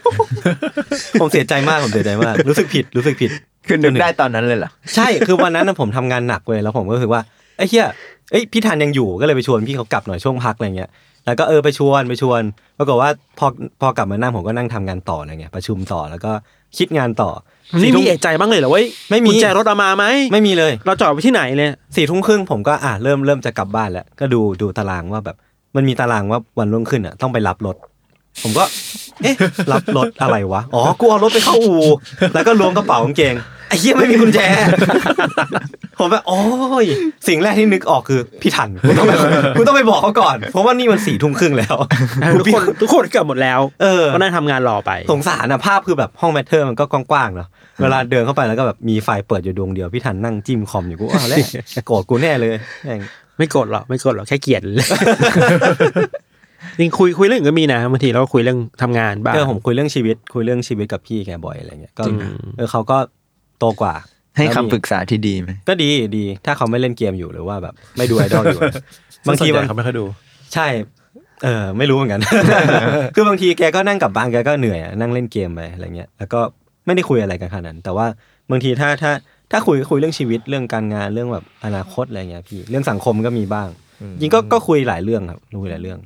ผมเสียใจมากผมเสียใจมากรู้สึกผิดรู้สึกผิด
คือนึกได้ตอนนั้นเลยเหรอ
ใช่ คือวันนั้นน่ะผมทำงานหนักเว้ยแล้วผมก็รู้สึกว่าไอ้เหี้ยเอ้ยพี่ธันยังอยู่ก็เลยไปชวนพี่เขากลับหน่อยช่วงพักอะไรเงี้ย แล้วก็เออไปชวนไปชวนปรากฏว่าพอพอกลับมานั่งผมก็นั่งทำงานต่ออะไรเงี้ยประชุมต่อแล้วก็คิดงานต่อ
นี่
สี่ทุ่
มี
ม
เอะใจบ้างเลยเหรอเว้ย
ไม่มี
กุญแจรถเอามาไหม
ไม่มีเลย
เราจอดไว้ที่ไหนเลย
สี่ทุ่มครึ่งผมก็อ่ะเริ่มเริ่มจะกลับบ้านแล้วก็ดูดูตารางว่าแบบมันมีตารางว่าวันรุ่งขึ้นอ่ะต้องไปรับรถ ผมก็ เอ๊ะรับรถอะไรวะอ๋อกูเอารถไปเข้าอู่แล้วก็ล้วงกระเป๋ากางเกงไอ้เหี้ยไม่มีกุญแจ ผมแบบโอ้ยสิ่งแรกที่นึกออกคือพี่ทันกูต้องไปกูต้องไปบอกเขาก่อน เพราะว่านี่มันสี่ทุ่มครึ่ง แล้ว
ทุกคนทุกคนเกือบหมดแล้ว
เออ
ก็นั่งทำงานรอไป
สงสารนะภาพคือแบบห้องแมทเทอร์มันก็กว้างๆเนาะเวลาเดินเข้าไปแล้วก็แบบมีไฟเปิดอยู่ดวงเดียวพี่ทันนั่งจิ้มคอมอยู่กูอ้าวแล้วโกรธกูแน่เลยแม่ง
ไม่โกรธหรอกไม่โกรธหรอกแค่เกลียด จริงคุยคุยเรื่องอื่นก็มีนะบางทีเราก็คุยเรื่องทำงานบ้าง
เออผมคุยเรื่องชีวิตคุยเรื่องชีวิตกับพี่แกบ่อยอะไรเงี้ยก็
จริง
เออเขาก็โตกว่า
ให้คำ
แล้วมี
ปรึกษาที่ดีไหม
ก็ดีดีถ้าเขาไม่เล่นเกมอยู่หรือว่าแบบ ไม่ดูไอดอล อยู่ บา
บาง ง
ที
ที
มัน
เขาไม่ค่อยดู
ใช่ เออไม่รู้เหมือนกัน คือบางทีแกก็นั่งกลับบ้านแกก็เหนื่อยอะนั่งเล่นเกมไปอะไรเงี้ยแล้วก็ไม่ได้คุยอะไรกันขนาดนั้น แต่ว่าบางทีถ้าถ้าถ้าคุยก็คุยเรื่องชีวิตเรื่องการงานเรื่องแบบอนาคตอะไรเงี้ยพี่เรื่องสังคมก็มีบ้างจริงก็ก็คุยหลายเรื่องครับคุยหลายเรื่อง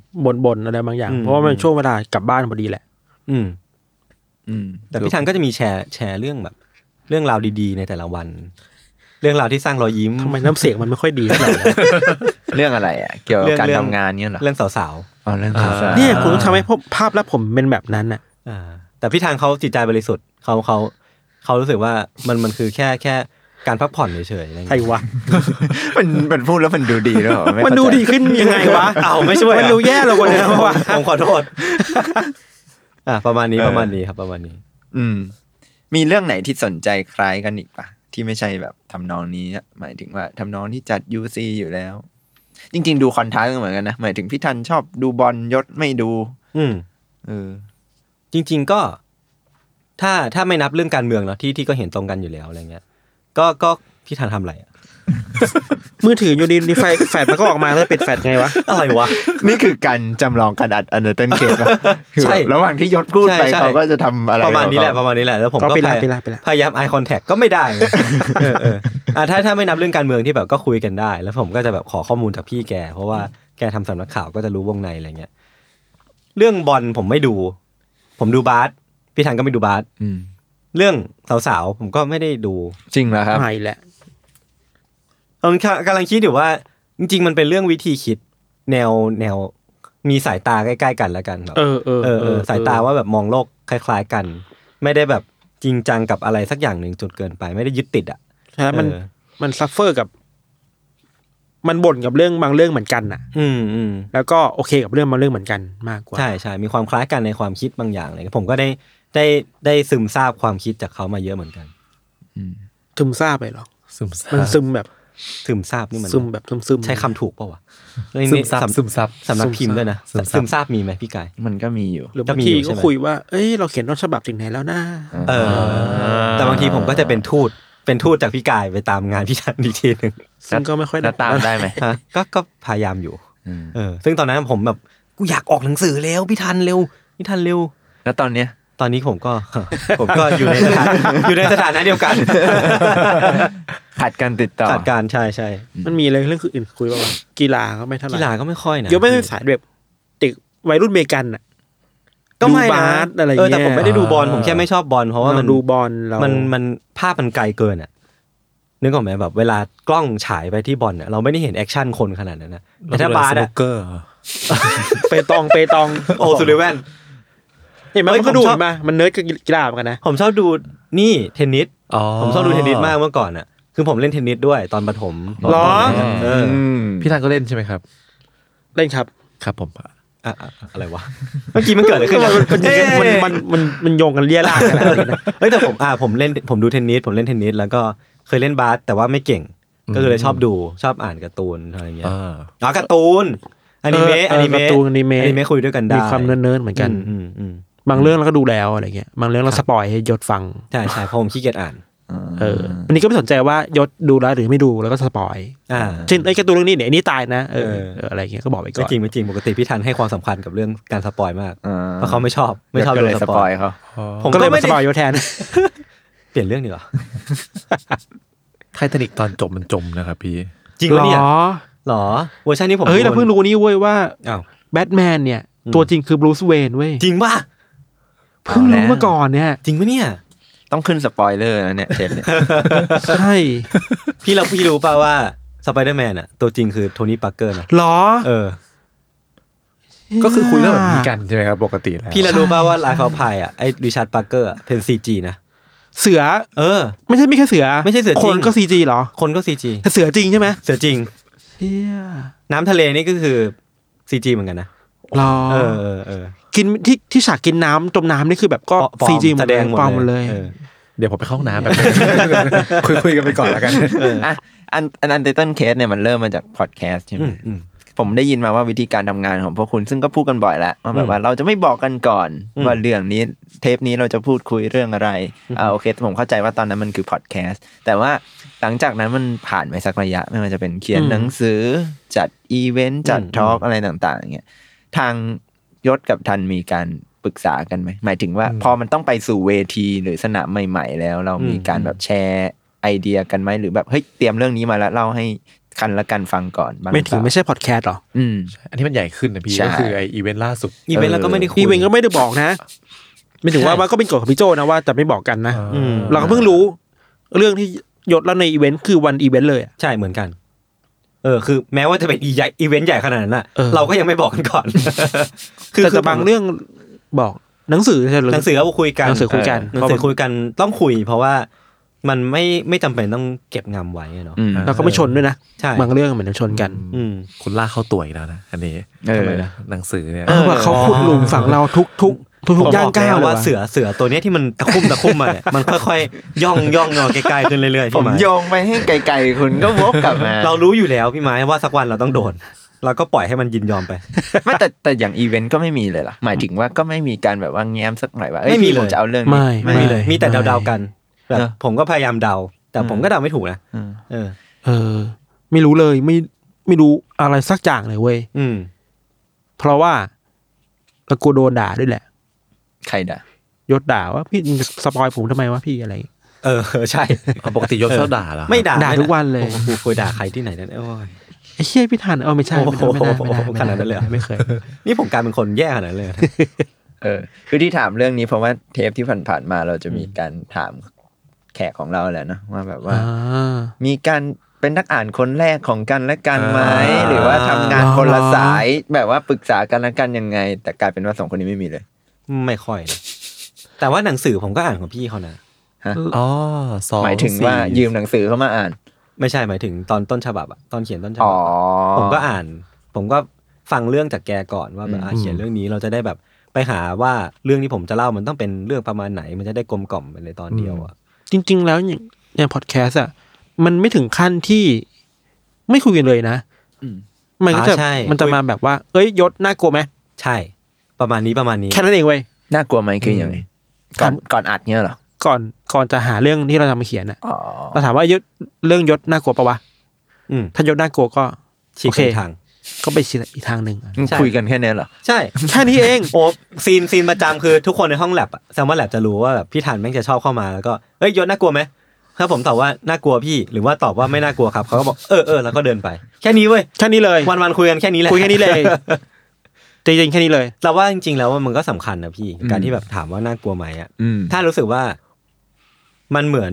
บ่นๆอะไรบางอย่าง
อืม
เพราะว่ามันช่วงเวลากลับบ้านพอดีแหละ
อืม
อืม
แต่พี่ทันก็จะมีแชร์แชร์เรื่องแบบ เรื่องราวดีๆ ในแต่ละวัน เรื่องราวที่สร้างรอยยิ้ม
ทำไมน้ำเสียงมันไม่ค่อยดีเท่าไหร่นะ
เรื่องอะไรอ่ะเกี่ยวกับ
เรื่อง
การ
เรื่อง
ทำงานเนี่ยเหรอ
เรื่องสาว
อ๋อเรื่องภาษา
เนี่ยคุณต้องทำให้ผมภาพและผมเป็นแบบนั้นน่ะ
ๆอ่าแต่พี่ทันเขาจิตใจบริสุทธิ์เขาเขาเขารู้สึกว่ามันมันคือแค่แค่ การพักผ่อนเฉยๆอะไร
ใคร
เงี้ยว
ะ
มันมันพูดแล้วมันดูดีด้วยเหรอไ
มันดูดีขึ้นยังไงวะ
อ้าวไม่ช่วย
มันดูแย่ลงกว่าเดิมวะ
ผมขอโทษ อ่ะประมาณนี้ประมาณนี้ครับประมาณนี้
อืม มีเรื่องไหนที่สนใจคล้ายกันอีกปะที่ไม่ใช่แบบทำนองนี้อะหมายถึงว่าทำนองที่จัดยูซีอยู่แล้ว จริง ๆ ดูคอนท้าสกันเหมือนกันนะ หมายถึงพี่ทันชอบดูบอลยศไม่ดู
อืม
เออ
จริง ๆก็ ถ้าถ้าไม่นับเรื่องการเมืองเนาะที่ที่ก็เห็นตรงกันอยู่แล้วอะไรเงี้ย ก็ก็พี่ทันทำอะไรอะ
มือถืออยู่ดีดีไฟแฟลชมันก็ออกมาแล้วปิดแฟลชไงวะ
อะไรว ะ
นี่คือการจำลองการอัดอันเดอร์เทนเคปะคือ
ใช่
ระหว่างที่ยศพูดไป
ใช่ใช่
เขาก็จะทำอะไร
ประมาณนี้แหละ
ข
ป
องเข
ระมาณนี้แหละแล้วผม
ก็
ก็
ไปละ
พย
ไปละไปละ
พยายาม eye contact ก็ไม่ได้ ไงเออเอออ่ะถ้าถ้าไม่นับเรื่องการเมืองที่แบบก็คุยกันได้ แล้วผมก็จะแบบขอข้อมูลจากพี่แก เพราะว่าแกทำสำนักข่าวก็จะรู้วงในอะไรเงี้ยเรื่องบอลผมไม่ดู ผมดูบาสพี่ทันก็ไม่ดูบาส
อืม
เรื่องสาวๆผมก็ไม่ได้ดู
จริงเหรอครับ
หายแหละ
กำลังกำลังคิดอยู่ว่า จริง ๆ มันเป็นเรื่องวิธีคิด แนวแนวมีสายตาใกล้ ๆ กันแล้วกันแบบ
เออเออ
เออเออสายตาว่าแบบมองโลกคล้าย ๆ กัน ไม่ได้แบบจริงจังกับอะไรสักอย่างหนึ่งจนเกินไป ไม่ได้ยึดติดอ่ะ
ใช่ไหมมัน
เออ
มันซัฟเฟอร์กับ มันบ่นกับเรื่องบางเรื่องเหมือนกันน่ะ
อืมอืม
แล้วก็โอเคกับเรื่องบางเรื่องเหมือนกันมากกว่า
ใช่ใช่มีความคล้ายกันในความคิดบางอย่างอะไรเงี้ยผมก็ได้ได้ได้ซึมซาบความคิดจากเขามาเยอะเหมือนกัน
ซึมซาบไปหรอ
ซึมซับ
มันซึมแบบ
ซึมซาบนี่มัน
ซึมแบบซึมซึม
ใช้คำถูกเปล่าวะเรื่อง
ซึม
นี้
ซับซึมซับ
สำนักพิมพ์ด้วยนะ
ซึมซาบ
ซึมซาบมีไหมพี่กาย
มันก็มีอยู่
หรือบา
จะ
ง
มี
ที
อยู่
ก็
ใช่ไหม
คุยว่า เอ้ยเราเขียนต้นฉบับถึงไหนแล้วนะ
เออแต่บางทีผมก็จะเป็นทูตเป็นทูตจากพี่กายไปตามงานพี่ชันอีกทีหนึ่ง
ซึ่งก็ไม่ค่อย
แล้วตามได้ไหม
ฮะก็ก็พยายามอยู่
อืม
เออ ซึ่งตอนนั้นผมแบบกูอยากออกหนังสือแล้วพี่ทันเร็วพี่ทันเร็ว
แล้วตอนเนี้ย
ตอนนี้ผมก็ ผมก็อยู่ในสถาน อยู่ในสถานะเดียว กัน
ขาดการติดต่อ
ขาดการใช่ใช่
มันมีอะไรเรื่องอื่นคุยบ้างวะกีฬาก็ไม่เท่าไหร่
กีฬาก็ไม่ค่อยนะ
เดี๋ยวไม่ได้สายแบบเด็กวัยรุ่นเมกันน่ะ
ก็ไม่
ดูบา
นะ
สอะไรเงี้ย
เออแต่ผมไม่ได้ดูบอลผมแค่ไม่ชอบบอลเพราะว่ามัน
เดูบอลเรา
มันมันภาพมันไกลเกินอ่ะนึกออกไหมแบบเวลากล้องฉายไปที่บอลเนี่ยเราไม่ได้เห็นแอคชั่นคนขนาดนั้นนะแต่ถ้าบาส
สนุ
อ่ะ
กเกอร์เหรอ
เปตองเปตอง
โอซูลิเวน
เห็นไหม
เฮ้ย
มันก็ดู
ผมชอบ
เห็นไหมมันเนิร์ดกับกีฬาเหมือนกันนะ
ผมชอบดูนี่เทนนิส
อ๋อ
ผมชอบดูเทนนิสมากเมื่อก่อนอ่ะคือผมเล่นเทนนิสด้วยตอนประถม
หรอ
เออ
พี่ทันก็เล่นใช่ไหมครับ
เล่นครับ
ครับผมอ่ะ
อ่ะอ่ะอ่ะอะไรวะเมื่อกี้มันเกิดอะไรขึ้น
มัน
เอ้ย
มันมันมันมันโยงกันเลี่ยร่าดกันอะไรนะ
เฮ้ยแต่ผมอ่ะผมเล่นผมดูเทนนิสผมเล่นเทนนิสแล้วก็เคยเล่นบาสแต่ว่าไม่เก่ง ก็เลยชอบดูชอบอ่านการ์ตูนอะไรอย่างเงี้ย
อ่า
อ๋อการ์ตูนอนิเมะอนิ
กา
เมะ
ร์ตูนอนิเมะ
อนิเมะคุยด้วยกันได้
มีความเนิร์ดๆเหมือนกัน
อืมอืม
บางเรื่องเราก็ดูแล้วอะไรเงี้ยบางเรื่องเราสปอยให้ยศฟัง
ใช่ใช่เพราะผมขี้เกียจอ่าน
เออวันนี้ก็ไม่สนใจว่ายศดูแล้วหรือไม่ดูแล้วก็สปอย
อ่า
เช่นไอ้การ์ตูนเรื่องนี้เนี่ยไอ้นี่ตายนะเออ
เออ
เอออะไรเงี้ยก็บอกไปก่
ไม่
อน
จริงไม่จริงปกติพี่ทันให้ความสำคัญกับเรื่องการสปอยมาก
อ่า
เพราะเขาไม่ชอบไม่ชอบ
ก็
ดู
เลย
ส
ส
ป
ป
อ
อย ยเขา
ผม
ก็
ก็
เลยมา
ไม่ได้
สปอยยศแทน
เปลี่ยนเรื่องดีกว่า
ไททานิกตอนจบมันจมนะครับพี่
จริงเหรอเนี่ย
หรอ
หรอเวอร์ชันนี้ผม
เฮ้ยเราเพิ่งรู้นี่เว้ยว่า
อ้าว
แบทแมนเนี่ย
อืม
ตัวจริงคือบรูซเวนเว้ย
จริงป่ะ
เพิ่งรู้มาก่อนเนี่ย
จริงป่ะเนี่ย
ต้องขึ้นสปอยเลอร์นะเนี่ยเทปเนี่ย
ใช่
พี่เราพี่รู้ป่ะว่าสไปเดอร์แมนอ่ะตัวจริงคือโทนี่ปาร์เกอร์นะ
หรอ
เออ
ก็คือคุยเรื่องแบบนี้กันใช่ไหมครับปกติแล้ว
พี่เรารู้ป่ะว่าไลฟ์เขาพายอ่ะไอ้ริชาร์ดปาร์เกอร์อะเป็นซีจีนะ
เสือ
เออ
ไม่ใช่ไม่แค่เสือ
ไม่ใช่เสือจริง
คนก็ซีจีหรอ
คนก็ซี จี
แต่เสือจริงใช่ไหม
เสือจริง
เฮีย
น้ำทะเลนี่ก็คือซีจีเหมือนกันนะ
หรอ
เออเออเออ
กินที่ที่ฉากกินน้ำจมน้ำนี่คือแบบก็
ปลอม
ซีจีหม
แส
ดเล
ด
ย
งหมด
ปลอมหมดเลย
ออ
เดี๋ยวผมไปเข้าห้องน้ำแบบคุยคุยกันไปก่อนแล้วกัน
อ่ะอันอันอันเดอร์เทนเคสเนี่ยมันเริ่มมาจากพอดแคสต์ใช่ไหม
อืมอืม
ผมได้ยินมาว่าวิธีการทำงานของพวกคุณซึ่งก็พูดกันบ่อยแล้วว่าแบ
อื
บ
ม
ว่าเราจะไม่บอกกันก่อน
อืม
ว่าเรื่องนี้เทปนี้เราจะพูดคุยเรื่องอะไรอ่าโอเคผมเข้าใจว่าตอนนั้นมันคือพอดแคสต์แต่ว่าหลังจากนั้นมันผ่านไปสักระยะไม่ว่าจะเป็นเขียนหนังสือจัดอีเวนต์จัดทอล์กอะไรต่างๆอย่างเงี้ย ทางยศกับทันมีการปรึกษากันไหม หมายถึงว่าพอมันต้องไปสู่เวทีหรือสนามใหม่ ๆ แล้วเรา
อืม
มีการแบบแชร์ไอเดียกันไหมหรือแบบเฮ้ยเตรียมเรื่องนี้มาแล้วเล่าให้คันละกันฟังก่อนบ้าง
ไม่ถึง
หรือเปล่า
ไม่ใช่พอดแคสต์หรอ
อืม
อันนี้มันใหญ่ขึ้นนะพี่
ใช่
ก็คือไออีเวนต์ล่าสุด
อีเวนต์เราก็ไม่ได้คุย
อีเวนต์ก็ไม่ได้บอกนะ ไม่ถึงว่าว่าก็เป็นกฎของพี่โจนะว่าจะไม่บอกกันนะ
อืม
เราก็เพิ่งรู้ เรื่องที่ยศแล้วในอีเวนต์คือวันอีเวนต์เลยอะ
ใช่เหมือนกัน เออ คือแม้ว่าจะเป็นอีใหญ่อีเวนต์ใหญ่ขนาดนั้นน่ะ
เออ
เราก็ยังไม่บอกกันก่อน คือ
แต่
คื
แต่บางเรื่องบอกหนังสือใช่ไหม
หนังสือเอาคุยกัน
หนังสือคุยกัน
เออหนังสือคุยกันต้องคุย เพราะว่า มันไม่ไม่จำเป็นต้องเก็บงำไว้อะเนาะ
อืม
แล้วก็ไม่ชนด้วยนะ
ใช่
บางเรื่องเหมือนจะชนกัน
อืม
คุณลากเข้าตัวอีกแล้วนะอันนี้
เออ
ทำไมนะหนังสือเนี่ย
เออว่าเขาขุดหลุมฝังเราทุกทุกทุกทุก
ผม
ย่างก้าวเลย
บอแล้ว่า
ว่ะ
เสือเสือตัวเนี้ยที่มันตะคุ่มตะคุ่มมาเนี่ยมันค่อยๆ ย่องย่องงอใกล้ๆขึ้นเรื่อยๆ
ผม
พี่ไม้
โยงไปให้ไกลๆคุณก็วกกลับมา
เรารู้อยู่แล้วพี่ไม้ว่าสักวันเราต้องโดน เราก็ปล่อยให้มันยินยอมไป
ไม่แต่แต่อย่างอีเวนต์ก็ไม่มีเลยล่ะ หมายถึงว่าก็ไม่มีการแบบว่าแง้มสักหน่อยว่า
ไม่
ไม่
มี
มี
เลย
ผมจะเอาเรื่องนี้
ไม่ไม่เลย
มีแต่เดาๆกันแบบ
เนอะ
ผมก็พยายามเดา แต่ผมก็เดาไม่ถูกนะ
อืม
เออ
เออ ไม่รู้เลยไม่ไม่รู้อะไรสักอย่างเลยเว้ย
อืม
เพราะว่าแล้วกูโดนด่าด้วยแหละ
ใครด่าย
ศด่าว่าพี่สปอยผมทำไมวะพี่อะไร
เออใช่
เอาปกติยศชอบด่าเหรอ
ไม่ด่า
ด่าทุกวันเลย
โอ้โหกูเคยด่าใครที่ไหนนั่นโอ้ย
ไอ้เชี่ยพี่ทันเอาไม่ใช่ไม่ได้ไม่ได้ไม่ได้
โอ้โห
ไม่
ขนาดนั้นเลยเหรอ
ไม่ เคย
นี่ผมกลายเป็นคนแย่ขนาดนั้นเลย
เออ คือที่ถามเรื่องนี้เพราะว่าเทปที่ผ่านๆมาเราจะมีการถามแขกของเราแหละเนอะว่าแบบว่า
อ่า
มีการเป็นนักอ่านคนแรกของกันและกันไหม
อ่า
หรือว่าทำงาน
อ๋อ
คนละสายแบบว่าปรึกษากันและกันยังไง แต่กลายเป็นว่าสองคนนี้ไม่มีเลย
ไม่ค่อยนะแต่ว่าหนังสือผมก็อ่านของพี่เขานะ
อ๋อสอง
หมายถึง
สี่
ว่ายืมหนังสือเข้ามาอ่าน
ไม่ใช่หมายถึงตอนต้นฉบับอะตอนเขียนต้นฉ
อ๋
บั
อ
บ ผมก็อ่าน ผมก็ฟังเรื่องจากแกก่อนว่าแบบอ่ะเขียนเรื่องนี้เราจะได้แบบไปหาว่าเรื่องที่ผมจะเล่ามันต้องเป็นเรื่องประมาณไหน มันจะได้กลมกล่อมไปเลยตอนเดียวอ่ะ
จริง ๆ แล้วอย่างอย่างพอดแคสต์อ่ะมันไม่ถึงขั้นที่ไม่คุยกันเลยนะ
อืม
มันก็
อ่า
จะ
ใช่
มันจะมาแบบว่า เอ้ยยศน่ากลัวไหม
ใช่ ประมาณนี้ประมาณนี้
แค่นั้นเองเว้ย
น่ากลัวไหมคือยังไงก่อน
ครับ
ก่อนอัดเนี่ยเหรอ
ก่อนก่อนจะหาเรื่องที่เราจะมาเขียนอ่ะ
อ๋อ
เราถามว่ายศเรื่องยศน่ากลัวปะวะ
อืม
ถ้ายศน่ากลัวก็
ฉีก
โอเค
เส้นทาง
ก็ไปชี้อีกทางหนึ่งอ่ะ
มึง
ใช่
คุยกันแค่เนี้ยเหรอ
ใช่
แค่นี้เอง
โอ้ซีนซีนประจำคือทุกคนในห้องแลบอะแซมว่าแลบจะรู้ว่าแบบพี่ธันแม่งจะชอบเข้ามาแล้วก็เอ้ยยศน่ากลัวไหมถ้าผมตอบว่าน่ากลัวพี่ หรือว่าตอบว่าไม่น่ากลัวครับเขาก็บอกเออเออแล้วก็เดินไป แค่นี้เว้ย
แค่นี้เลย
วันวันๆคุยกันแค่นี้แหละ
คุยแค่นี้เลยจริงๆแค่นี้เลย
เราว่าจริงๆแล้วมันก็สำคัญนะพี่
อืม
การที่แบบถามว่าน่ากลัวไหมอะ
อืม
ถ้ารู้สึกว่ามันเหมือน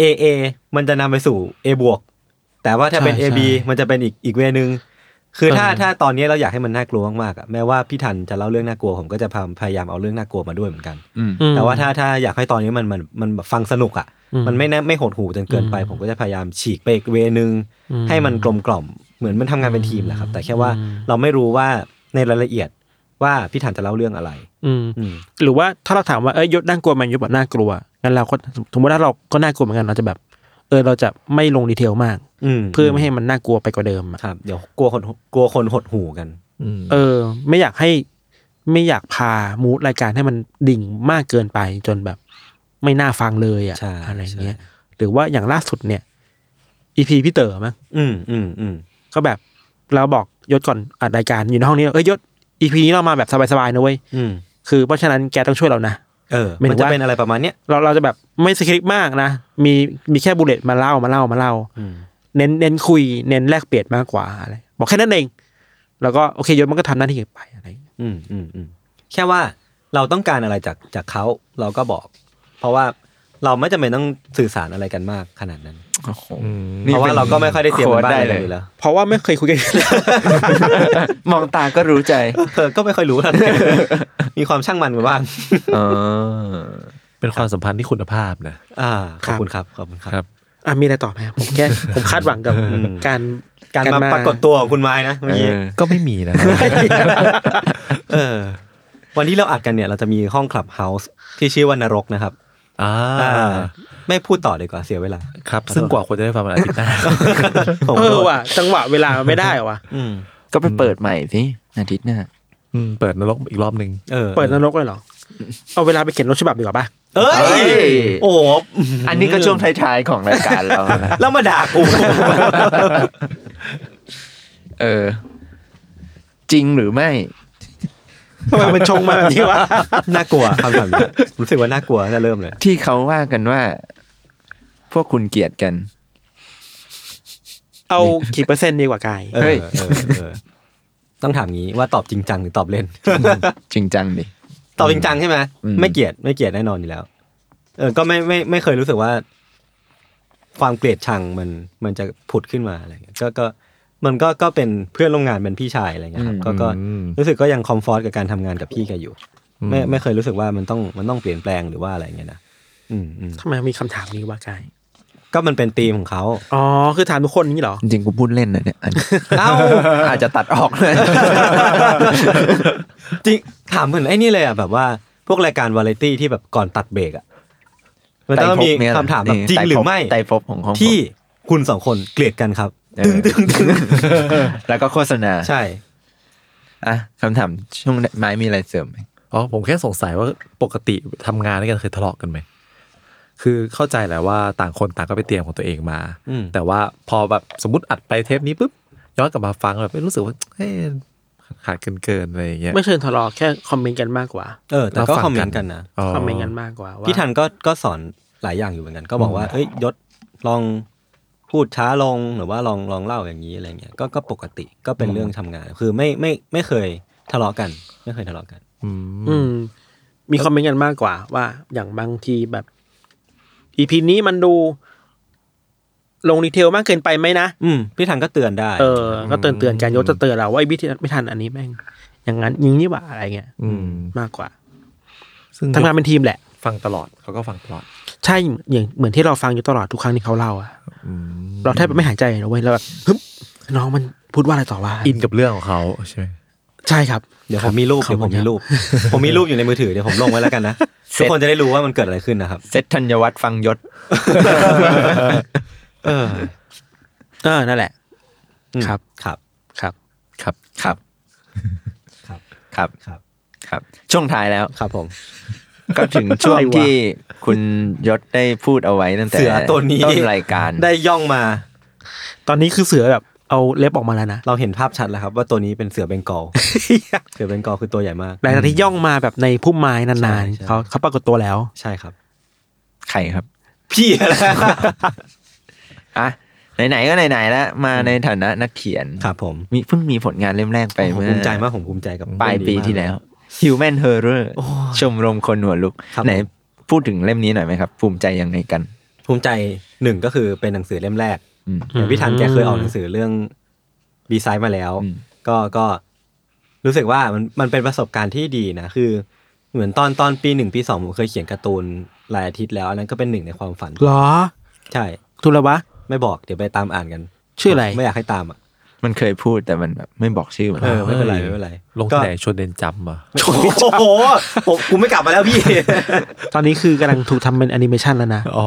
A A มันจะนำไปสู่ A บวกแต่ว่าถ้าเป็น
ใช่
A
ใช่
B มันจะเป็นอีกอีกเวนึง คือถ้า
เออ
ถ้าตอนนี้เราอยากให้มันน่ากลัวมากๆอะแม้ว่าพี่ทันจะเล่าเรื่องน่ากลัวผมก็จะพยพยายามเอาเรื่องน่ากลัวมาด้วยเหมือนกัน
อืม
แต่ว่าถ้าถ้าอยากให้ตอนนี้มันมันมันแบบฟังสนุกอ่ะ
อืม
มันไม่แน่ไม่โหดหูจนเกินไป
อืม
ผมก็จะพยายามฉีกไปอีกเวนึง
อืม
ให้มันกลมกล่อมเหมือนมันทำงานเป็นทีมแหละครับ แต่แค่ว่า
อืม
เราไม่รู้ว่าในรายละเอียดว่าพี่ถันจะเล่าเรื่องอะไร
อืม
อืม
หรือว่าถ้าเราถามว่าเอ้ยยศน่ากลัวไหมยศบอกน่ากลัวงั้นเราก็สมมติว่าเราก็น่ากลัวเหมือนกันเราจะแบบ เออเราจะไม่ลงดีเทลมาก
อืม
เพื่อไม่ให้มันน่ากลัวไปกว่าเดิมอะ
ครับเดี๋ยวกลัวคนกลัวคนหดหูกัน
อืม
เออ ไม่อยากให้ไม่อยากพามูดรายการให้มันดิ่งมากเกินไปจนแบบไม่น่าฟังเลยอะ
ใช่
อะไรอย่างเงี้ย หรือว่าอย่างล่าสุดเนี่ยอีพีพี่เต๋อมั้ง
อืมอืมอืม
ก็แบบเราบอกยศก่อนอัดรายการอยู่ในห้องนี้เอ้ยยศอีพีนี้เรามาแบบสบายๆนะเว้ย
อืม
คือเพราะฉะนั้นแกต้องช่วยเรานะ
เออ
หมายถึ
มั
ง
นจะ
ว่า
เป็นอะไรประมาณเนี้ย
เราเราจะแบบไม่สคริปต์มากนะ มีมีแค่บุลเลตมาเล่ามาเล่ามาเล่า
อืม
เน้นเน้นคุยเน้นแลกเปลี่ยนมากกว่าอะไรบอกแค่นั้นเอง แล้วก็โอเคยศมันก็ทำหน้าที่ไปอะไรอย่างเงี้ย
อืมอืมอืมแค่ว่าเราต้องการอะไรจากจากเขาเราก็บอก เพราะว่าเราไม่จำเป็นต้องสื่อสารอะไรกันมากขนาดนั้น
อืม
นี่
เพราะว่าเราก็ไม่ค่อยได้เตรียมกันบ้า
โค้ด
น
ได้
อะไร
เลย
อยู่แล้ว
เพราะว่าไม่เคยคุยกัน
มองตาก็รู้ใจ
เอ อก็ไม่ค่อยรู้แล้ว มีความช่างมันกันบ้าง
เออ
เป็นความสัมพันธ์ที่คุณภาพนะ
อ่า ข
ครั
อบบ คุณครับ ขอบคุณครับ
ครับ
อ่ะมีอะไรต่อไหมครับผมแค่ผมคาดหวังกับ
อืม
การ
การมาปรากฏตัวของคุณไม้นะเมื่อกี้
ก็ไม่มีนะ
เออ วันที่เราอัดกันเนี่ยเราจะมีห้องคลับเฮาส์ที่ชื่อว่านรกนะครับ
อ่า
อ่า ไม่พูดต่อดีกว่าเสียเวลา
ครับ ซึ่งกว่าคนจะได้ฟังมันอาทิตย์หน้า
ผม
เอ
โท
อ
ษ
ว่ะจังหวะเวลามันไม่ได้ว่ะ
อืม
ก็ไปเปิดใหม่สิอาทิตย์หน้า
อืมเปิดนรกอีกรอบหนึ่ง
เออ
เปิดนรกเลยเหรอเอาเวลาไปเขียนรถฉบับดีกว่าป่ะ
เอ้ย
เอ้ย
โอ้โห
อันนี้ก็ช่วงท้ายๆของรายการ เรานะ
แล้วมาด่ากู
เออ จริงหรือไม่
ทำไมมันชงมาแบบนี้วะ
น่ากลัวคำถามเนี้ยรู้สึกว่าน่ากลัวตั้งแต่เริ่มเลย
ที่เขาว่ากันว่า พวกคุณเกลียดกัน
เอากี่เปอร์เซ็นต์ดีกว่ากาย
เอ
เฮ้
อย เออเออต้องถามงี้ว่าตอบจริงจังหรือตอบเล่น
จริงจังดิ
ตอบจริงจังใช่ไหม
อืม
ไม่เกลียดไม่เกลียดแน่นอนอยู่แล้ว เออก็ไม่ไม่ไม่เคยรู้สึกว่า ความเกลียดชังมันมันจะผุดขึ้นมาอะไรเงี้ยก็ก็มันก็ก็เป็นเพื่อนร่วมงานเป็นพี่ชายอะไรเงี้ยครับก็ก็รู้สึกก็ยังคอมฟอร์ตกับการทำงานกับพี่แกอยู่ ไม่ไม่เคยรู้สึกว่ามันต้องมันต้องเปลี่ยนแปลงหรือว่าอะไรเงี้ยนะ อืมอืม
ทำไมมีคำถามนี้วะกาย
ก็มันเป็นธีมของเขา
อ๋อคือถามทุกคนนี้เหรอ
จริงๆกูพูดเล่นนะเนี่ยอันนี้
เอ้า
อาจจะตัดออกเลย
จริงถามเหมือนไอ้นี่เลยอ่ะแบบว่าพวกรายการวาไรตี้ที่แบบก่อนตัดเบรกอ่ะมันต้องมีคำถามแบบจริงหรือไม่
ไตภพของของผม
ที่คุณสองคนเกลียดกันครับ
เออ แล้วก็โฆษณา
ใช่
อ่ะคำถามช่วงไม้มีอะไรเสริมไหม
อ๋อผมแค่สงสัยว่าปกติทำงานด้วยกันเคยทะเลาะกันไหม คือเข้าใจแหละว่าต่างคนต่างก็ไปเตรียมของตัวเองมา
อืม
แต่ว่าพอแบบสมมติอัดไปเทปนี้ปุ๊บย้อนกลับมาฟังแบบเอ้ยรู้สึกว่าเฮ้ยขาดเกินเกินๆอะไรอย่างเงี้ย
ไม่เชิญทะเลาะแค่คอมเมนต์กันมากกว่า
เออ แต่ก็คอมเมนต์กันนะ
อ๋อ
คอมเมนต์กันมากกว่าว่า
พี่ทันก็ก็สอนหลายอย่างอยู่เหมือนกัน ก็บอกว่าเอ้ยยศลองพูดช้าลงหรือว่าลองลองเล่าอย่างนี้อะไรเงี้ยก็ก็ปกติก็เป็นเรื่องทำงาน คือไม่ไม่ไม่เคยทะเลาะกัน ไม่เคยทะเลาะกัน
อืม
อืม มีคอมเมนต์กันมากกว่า ว่าอย่างบางทีแบบอีพีนี้มันดู ลงดีเทลมากเกินไปไหมนะ
อืมพี่ทันก็เตือนได้
เออ ก็เตือนเตือนๆกันยศจะเตือนเราว่าไอ้พี่ไม่ทันอันนี้แม่ง อย่างนั้นอยิงนี้ว่าอะไรเงี้ย
อืม
มากกว่า
ซึ่ง
ทำงานเป็นทีมแหละ
ฟังตลอดเขาก็ฟังตลอด
ใช่อย่างเหมือนที่เราฟังอยู่ตลอดทุกครั้งที่เขาเล่าอะ
อืม
เราแทบไม่หายใจเลยนะเว้ยเราแบบฮึบน้องมันพูดว่าอะไรต่อว่า
อินกับเรื่องของเขาใช่ไหม
ใช่ครับ
เดี๋ยวผมมีรูปเดี๋ยวผมมีรูป ผมมีรูปอยู่ในมือถือเดี๋ยวผมลงไว้แล้วกันนะทุกคนจะได้รู้ว่ามันเกิดอะไรขึ้นนะครับ
เซตธัญวัฒน์ฟังยศ
เออ
เออนั่นแหละ
อืม
ครับ
ครับ
ครับ
ครับครับ
ครับ
ครับ
ครับ
ครับ ช่วงท้ายแล้ว
ครับผม
ก็ถึงช่วง
อะไรวะ
ที่คุณยศได้พูดเอาไว้ตั้งแต่
เสือตัวนี้
ต้นรายการ
ได้ย่องมา
ตอนนี้คือเสือแบบ เอาเล็บออกมาแล้วนะ
เราเห็นภาพชัดแล้วครับ ว่าตัวนี้เป็นเสือเบง กอลเสือเบงกอลคือตัวใหญ่มาก
หลังจากที่ย่องมาแบบในพุ่มไม้นาน
ใช่
ๆเขาเขาปรากฏตัวแล้ว
ใช่ครับ
ไข่ครับ
พี่อะไร
อ่ะ ไหน ๆ ก็ไหน ๆ แล้ว มาในฐานะนักเขียน
ครับผม
มีเพิ่งมีผลงานเล่มแรกไป
ผม
เมื่อ
ภูมิใจมากผมภูมิใจกับ
ปลายปี
เรื่องนี้มก
ที่แล้ว Human Horror
โอ้
ชมรมคนหัวลุก
ครับ
ไหนพูดถึงเล่มนี้หน่อยไหมครับ ภูมิใจยังไงกัน
ภูมิใจหนึ่งก็คือเป็นหนังสือเล่มแรก
อืม
อย่างพี่ทันแกเคยออกหนังสือเรื่องดีไซน์มาแล้ว
อืม
ก็ก็รู้สึกว่ามันมันเป็นประสบการณ์ที่ดีนะ คือ เหมือนตอนตอนปีหนึ่งปีสองผมเคยเขียนการ์ตูนรายอาทิตย์แล้วอันนั้นก็เป็นหนึ่งในความฝัน
เหรอ
ใช่
ทุลวะ
ไม่บอกเดี๋ยวไปตามอ่านกัน
ชื่ออะไร
ไม่อยากให้ตามอ่ะ
มันเคยพูดแต่มันแบบไม่บอกชื่อมัน
เออไม่เป็นไรไม่เป็นไร
ลง
ก็
ที่ไหนชวนเดนจำมา
โอ้โหผมกูไม่กลับมาแล้วพี่
ตอนนี้คือกำลังถูกทำเป็นแอนิเมชันแล้วนะ
อ๋อ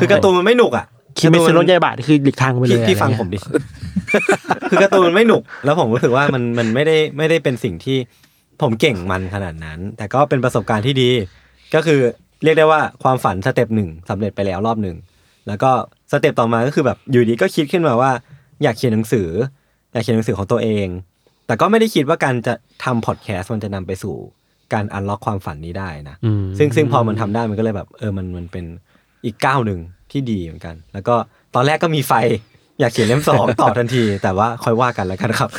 คือการ์ตูนมันไม่หนุกอ่ะ
คิมเมซึโนะยาบะนี่คือหลีกทางไปเลย
พี่พี่ฟัง
อะไรเย
ผมดิ คือการ์ตูนมันไม่หนุก แล้วผมรู้สึกว่ามันมันไม่ได้ไม่ได้เป็นสิ่งที่ผมเก่งมันขนาดนั้น แต่ก็เป็นประสบการณ์ที่ดี ก็คือเรียกได้ว่าความฝันสเต็ปหนึ่งสำเร็จไปแล้วรอบหนึ่ง แล้วก็สเต็ปต่อมาก็คือแบบอยู่ดีก็คิดขึ้นมาว่า อยากเขียนหนังสือ อยากเขียนหนังสือของตัวเอง แต่ก็ไม่ได้คิดว่าการจะทำพอดแคสต์มันจะนำไปสู่การอันล็อกความฝันนี้ได้นะ
อืม
ซึ่งซึ่งพอมันทำได้มันก็เลยแบบ เออมันมันเป็นอีกก้าวหนึ่งที่ดีเหมือนกัน แล้วก็ตอนแรกก็มีไฟ อยากเขียนเล่มสอง ต่อทันที แต่ว่าค่อยว่ากันแล้วกันครับ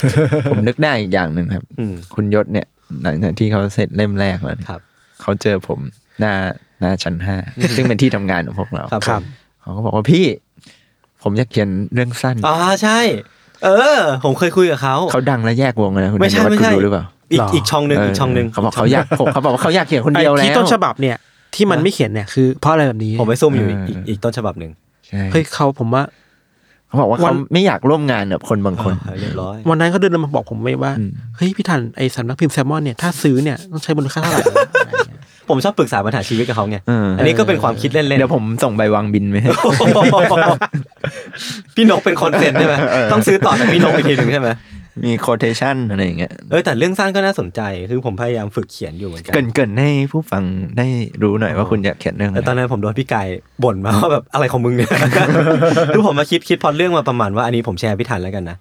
ผมนึกได้อีกอย่างหนึ่งครับ
อืม
คุณยศเนี่ย หลังจากที่เขาเสร็จเล่มแรกแล้วเนี่ย
ครับ
เขาเจอผมหน้าหน้าชั้นห้าซึ่งเป็นที่ทำงานของพวกเรา
ครับผม
เขาก็บอกว่าพี่ ผมอยากเขียนเรื่องสั้น
อ๋อใช่ เออ ผมเคยคุยกับเขา
เขาดังและแยกวงเลยนะคุณ
ไม่ใช่
ธัญวัฒน์
ไม่ใช่
คุณรู้หรือเปล่า
อีก
หรออี
อีกช่องหนึ่งอีกช่องหนึ่ง
เขาบอกเขาอยากเขาบอกว่าเขาอยากเขียนคน
ไอ้
เดียวแล้ว
ที่ต้นฉบับเนี่ย ที่มันไม่เขียนเนี่ยคือเพราะอะไรแบบนี้
ผมไปซุ่มอยู่อีก
เอออี
กอีกต้นฉบับหนึ่ง
ใช่
เฮ้ยเขาผมว่า
เขาบอกว่า
วั
เขา
น
ไม่อยากร่วมงานกับคนบางคน
เออเรียบร้อย
วันนั้นเขาเดินมาบอกผมไว้ว่าเฮ้ยพี่ทันไอ้สำนักพิมพ์แซลมอนเนี่ยถ้าซื้อเนี่ยต้องใช้มูลค่าเท่าไหร่อะไรเงี้ย
ผมชอบปรึกษาปัญหาชีวิตกับเขาไง
เอออั
อันนี้ก็เป็นความคิดเล่นๆ
เดี๋ยวผมส่งใบวางบินไปให้
โอ้โห พี่นกเป็นคนเซ็นใช่ไหม
เออ
ต้องซื้อต่อจากพี่นกอีกทีหนึ่งใช่ไหม
มีโคเทชันอะไรอย่างเงี้ย
เออแต่เรื่องสั้นก็น่าสนใจคือผมพยายามฝึกเขียนอยู่เหมือนกั
เกรินเกรินให้ผู้ฟังได้รู้หน่อยว่าคุณอยากเขียนเรื่องอะ
แต่ตอน
ไร
นั้นผมโดนพี่ไก่บ่นมาว่าแบบอะไรของมึงเนี่ย คือผมมาคิดคิดพล็อตเรื่องมาประมาณว่าอันนี้ผมแชร์พี่ทันแล้วกันนะ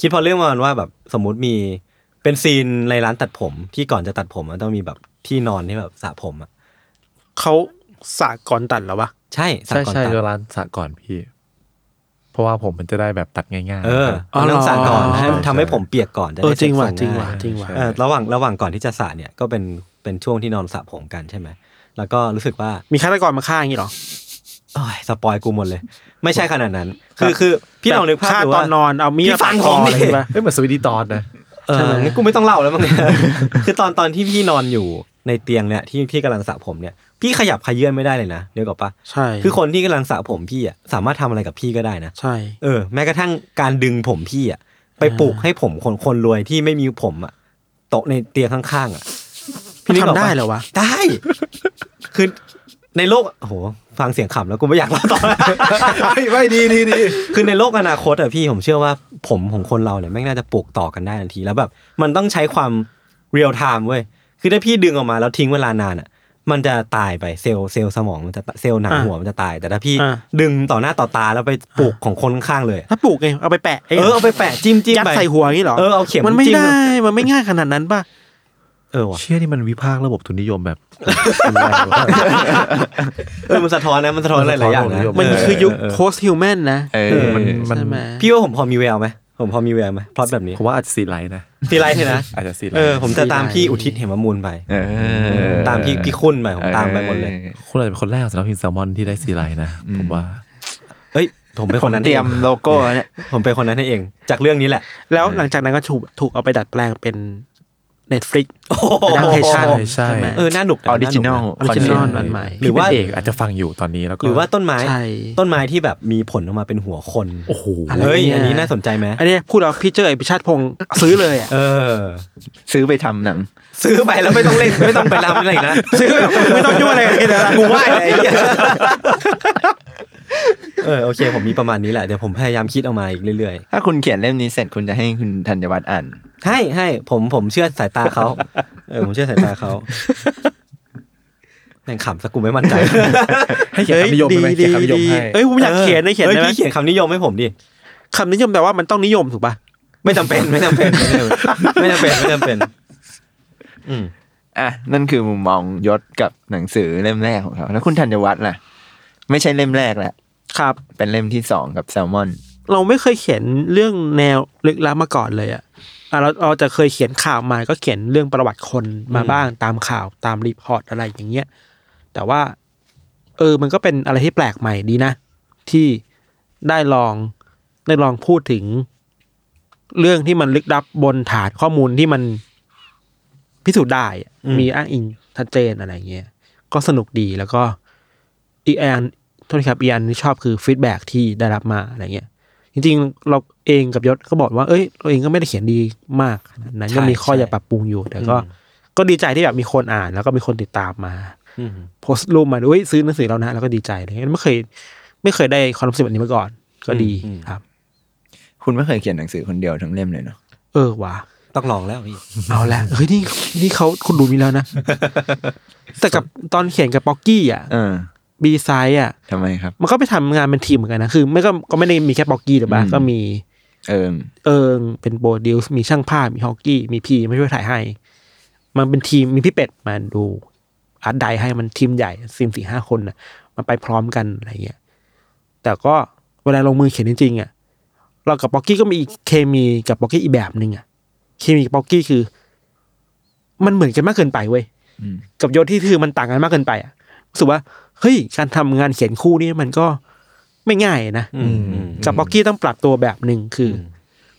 คิดพล็อตเรื่องมาประมาณว่าแบบสมมติมีเป็นซีนในร้านตัดผมที่ก่อนจะตัดผมมันต้องมีแบบที่นอนที่แบบสระผมอ่ะ
เขาสากก่อนตัดแล้ววะ
ใช่สระ
ใช่
ก่อน
ใช่
ตัด
ก็ร้านสระก่อนพี่ เพราะว่าผมมันจะได้แบบตัดง่ายๆ
เออ
ครับ
อ๋อเหรอ
ต้องสระก่อนให้
ใช่ใช่
ทำให้ผมเปียกก่อนจะ
เออ
ได้
จริงว่ะ
เส
จริง
ง่า
ว่ะ
ย
จริงว่ะ
เอ่อระหว่างระหว่างก่อนที่จะสระเนี่ยก็เป็นเป็นช่วงที่นอนสระผมกันใช่ไหม แล้วก็รู้สึกว่า
มีฆาตกรมาฆ่าอย่างนี้เหรอ
โอ้ยสปอยกูหมดเลย ไม่ใช่ขนาดนั้น คือคือพี่ลองนึกภาพ
ฆ่าต
ดู
อ
ว่า
นนอนเอามีด
พี่ฟัง
คอ
ผม
อะ
ดิ
ไรอย่างงี้ปะ
เอ้ยเหมือนสวิตดีตอนนะ
เอองั้นกูไม่ต้องเล่าแล้วมั้งเนี่ย คือตอนตอนที่พี่นอนอยู่ใน ในเตียงเนี่ยที่พี่กำลังสระผมเนี่ยพี่ขยับขยื่นไม่ได้เลยนะเดี๋ยวก่อนปะ
ใช่
คือคนที่กำลังสระผมพี่อ่ะสามารถทำอะไรกับพี่ก็ได้นะ
ใช่
เออแม้กระทั่งการดึงผมพี่อ่ะไปปลูกให้ผมคนคนรวยที่ไม่มีผมอ่ะตกในเตียงข้างๆอ่ะนึกกป
ทำได้เหรอวะ
ได้ คือในโลกโอ้โหฟังเสียงขำแล้วกูไม่อยากเล่าต่อ
ไม่ไม่ดีดีดี
คือในโลกอนาคตอะพี่ผมเชื่อว่าผมของคนเราเนี่ยแม่งน่าจะปลูกต่อกันได้ทันที แล้วแบบ มันต้องใช้ความเรียลไทม์เว้ยคือถ้าพี่ดึงออกมาแล้วทิ้งเวลานานอะมันจะตายไปเซลล์เซลล์สมองมันจะเซลล์หนัง
อ่ะ
หัวมันจะตาย แต่ถ้าพี่
อ่ะ
ดึงต่อหน้าต่อตาแล้วไปปลูกของคนข้างๆเลยอะ
ถ้าปลูกไงเอาไปแปะ
เออเอาไปแปะจิ้มจิ้ม
ยัด
ไป
ใส่หัวอย่างนี้เหรอ
เออเอาเข็ม
มันไม่
จิ้ม
ได้มันไม่ง่ายขนาดนั้นป่ะ
เออว่ะ
เชื่อนี่มันวิพากษ์ระบบทุนนิยมแบบ
เออมันสะท้อนนะมันสะท้อนหลายๆอย่างนะ
มัน
เออ
คือยุค
เออ
โพสต์ฮิวแมนนะ
เออ
มันมัน
ใช่ไหม
พี่ว่าผมพอมีแววไหมผมพอมีแววไหมพล็อตแบบนี้
ผมว่าอาจจะสีไลท์นะ
ตีไรเถอะนะ
อาจจะสีไล
เอ
ท์
อผมจะตามพี่อุทิศเหมมูลไป
เออ
ตามพี่พี่คุณไปผมตามไปหมดเลย
คุณอาจจะเป็นคนแรกสำหรับพินแซลมอนที่ได้สีไลท์นะ ผมว่า
เอ้ยผมเป็น
ผ
ค
ม
นนั้น
เตรียม
อง
โลโก้เนี่ย
ผมเป็นคนนั้นเอง จากเรื่องนี้แหละ
แล้วหลังจากนั้นก็ถูกถูกเอาไปดัดแปลงเป็น Netflix
โอ้โห
แอปพลิเคชัน
ใช่
ไหม
เออน่าหนุกะ
ออริจินอล
าห
ออริ
กะ
จินอลอันใหม่
หรือว่า
พี่เป็นเอกอาจจะฟังอยู่ตอนนี้แล้วก็
หรือว่าต้นไม้
ใช่
ต้นไม้ที่แบบมีผลออกมาเป็นหัวคน
โอ้โห
เฮ้ยอันนี้น่าสนใจไหม
อันเนี้ยพูดแล้วพี่เจอไอพิชาติพงศ์ซื้อเลย อ่ะ
เออ
ซื้อไปทำหนัง
ซื้อไปแล้วไม่ต้องเล่นไม่ต้องไปรำอะไรอีกนะ
ซื้อไม่ต้องยุ่งอะไรกันเลยนะ
กูไหวไอ้เหี้ยเออโอเค ผมมีประมาณนี้แหละเดี๋ยวผมพยายามคิดออกมาอีกเรื่อย
ถ้าคุณเขียนเล่มนี้เสร็จคุณจะให้คุณธัญวัฒน์อ่าน
ๆให้ให้ผมผมเชื่อสายตาเขาเออผมเชื่อสายตาเขาแม่งขำสกกูไม่ มั่นใจ
ให้เขียนคำนิยมไปไหมเขียนคำนิยมให้
เอ้ยผมอยากเขียนนะเขียน
อ้
ได้ไหม
พี่เขียนคำนิยมให้ผมดิ
คำนิยมแต่ว่ามันต้องนิยมถูกป่ะ
ไม่จำเป็นไม่จำเป็น ไม่จำเป็นไม่จำเป็น อืม
อ่ะ นั่นคือมุมมองยศกับหนังสือเล่มแรกของเขาแล้วคุณธัญวัฒน์ล่ะ ไม่ใช่เล่มแรกแหละ
ครับ
เป็นเล่มที่สองกับแซลมอน
เราไม่เคยเขียนเรื่องแนวลึกลับมาก่อนเลยอะอ่ะเราเราจะเคยเขียนข่าวมาก็เขียนเรื่องประวัติคนมาบ้างตามข่าวตามรีพอร์ตอะไรอย่างเงี้ย แต่ว่า เออ มันก็เป็นอะไรที่แปลกใหม่ดีนะ ที่ได้ลองได้ลองพูดถึง เรื่องที่มันลึกลับบนฐานข้อมูลที่มันพิสูจน์ได้อะมีอ้างอิงชัดเจนอะไรเงี้ย ก็สนุกดีแล้วก็อีกอันโทษทีครับอีกอันที่ชอบคือฟีดแบ็ที่ได้รับมาอะไรเงี้ย จริงๆ เราเองกับยศก็บอกว่า เอ้ยเราเองก็ไม่ได้เขียนดีมากขนาดนั้นยังมีข้ออยากปรับปรุงอยู่ แต่ก็ ก็ดีใจที่แบบมีคนอ่าน แล้วก็มีคนติดตามมา
อืม
โพสต์รูปมาด้วยซื้อหนังสือเรานะแล้วก็ดีใจอะไรเงี้ยไม่เคย ไม่เคยได้ความรู้สึกแบบนี้มาก่อน ก็ดีครับ
คุณไม่เคยเขียนหนังสือคนเดียวทั้งเล่มเลยเนาะ
เออว่ะ
ต้องลองแล้วพี่
เอาละเฮ้ยนี่นี่เขาคุณดูมีแล้วนะ แต่กับตอนเขียนกับป๊อกกี้อ่ะ
เออ
บีไซอ่ะ
ทำไมครับ
มันก็ไปทำงานเป็นทีมเหมือนกันนะคือ ไม่ก็ก็ไม่ได้มีแค่ป๊อกกี้หรือปะ
อืม
ก็มี
เอิง
เอิงเป็นโบดิวส์มีช่างภาพมีฮอกกี้ มีพีมาช่วยถ่ายให้ มันเป็นทีมมีพี่เป็ดมาดูอาร์ตไดให้มันทีมใหญ่ทีมสี่ห้าคนนะมันไปพร้อมกันอะไรเงี้ยแต่ก็เวลาลงมือเขียนจริงๆอ่ะเรากับป๊อกกี้ก็มีเคมีกับป๊อกกี้อีกแบบหนึ่งอ่ะเคมีกับป๊อกกี้คือ มันเหมือนกันมากเกินไปเว้ย
อืม
กับยศที่คือมันต่างกันมากเกินไปอ่ะรู้สึกว่าเฮ้ยการทำงานเขียนคู่นี่มันก็ไม่ง่ายนะ
อืมอืม
กับบ็อกกี้ต้องปรับตัวแบบหนึ่งคืออ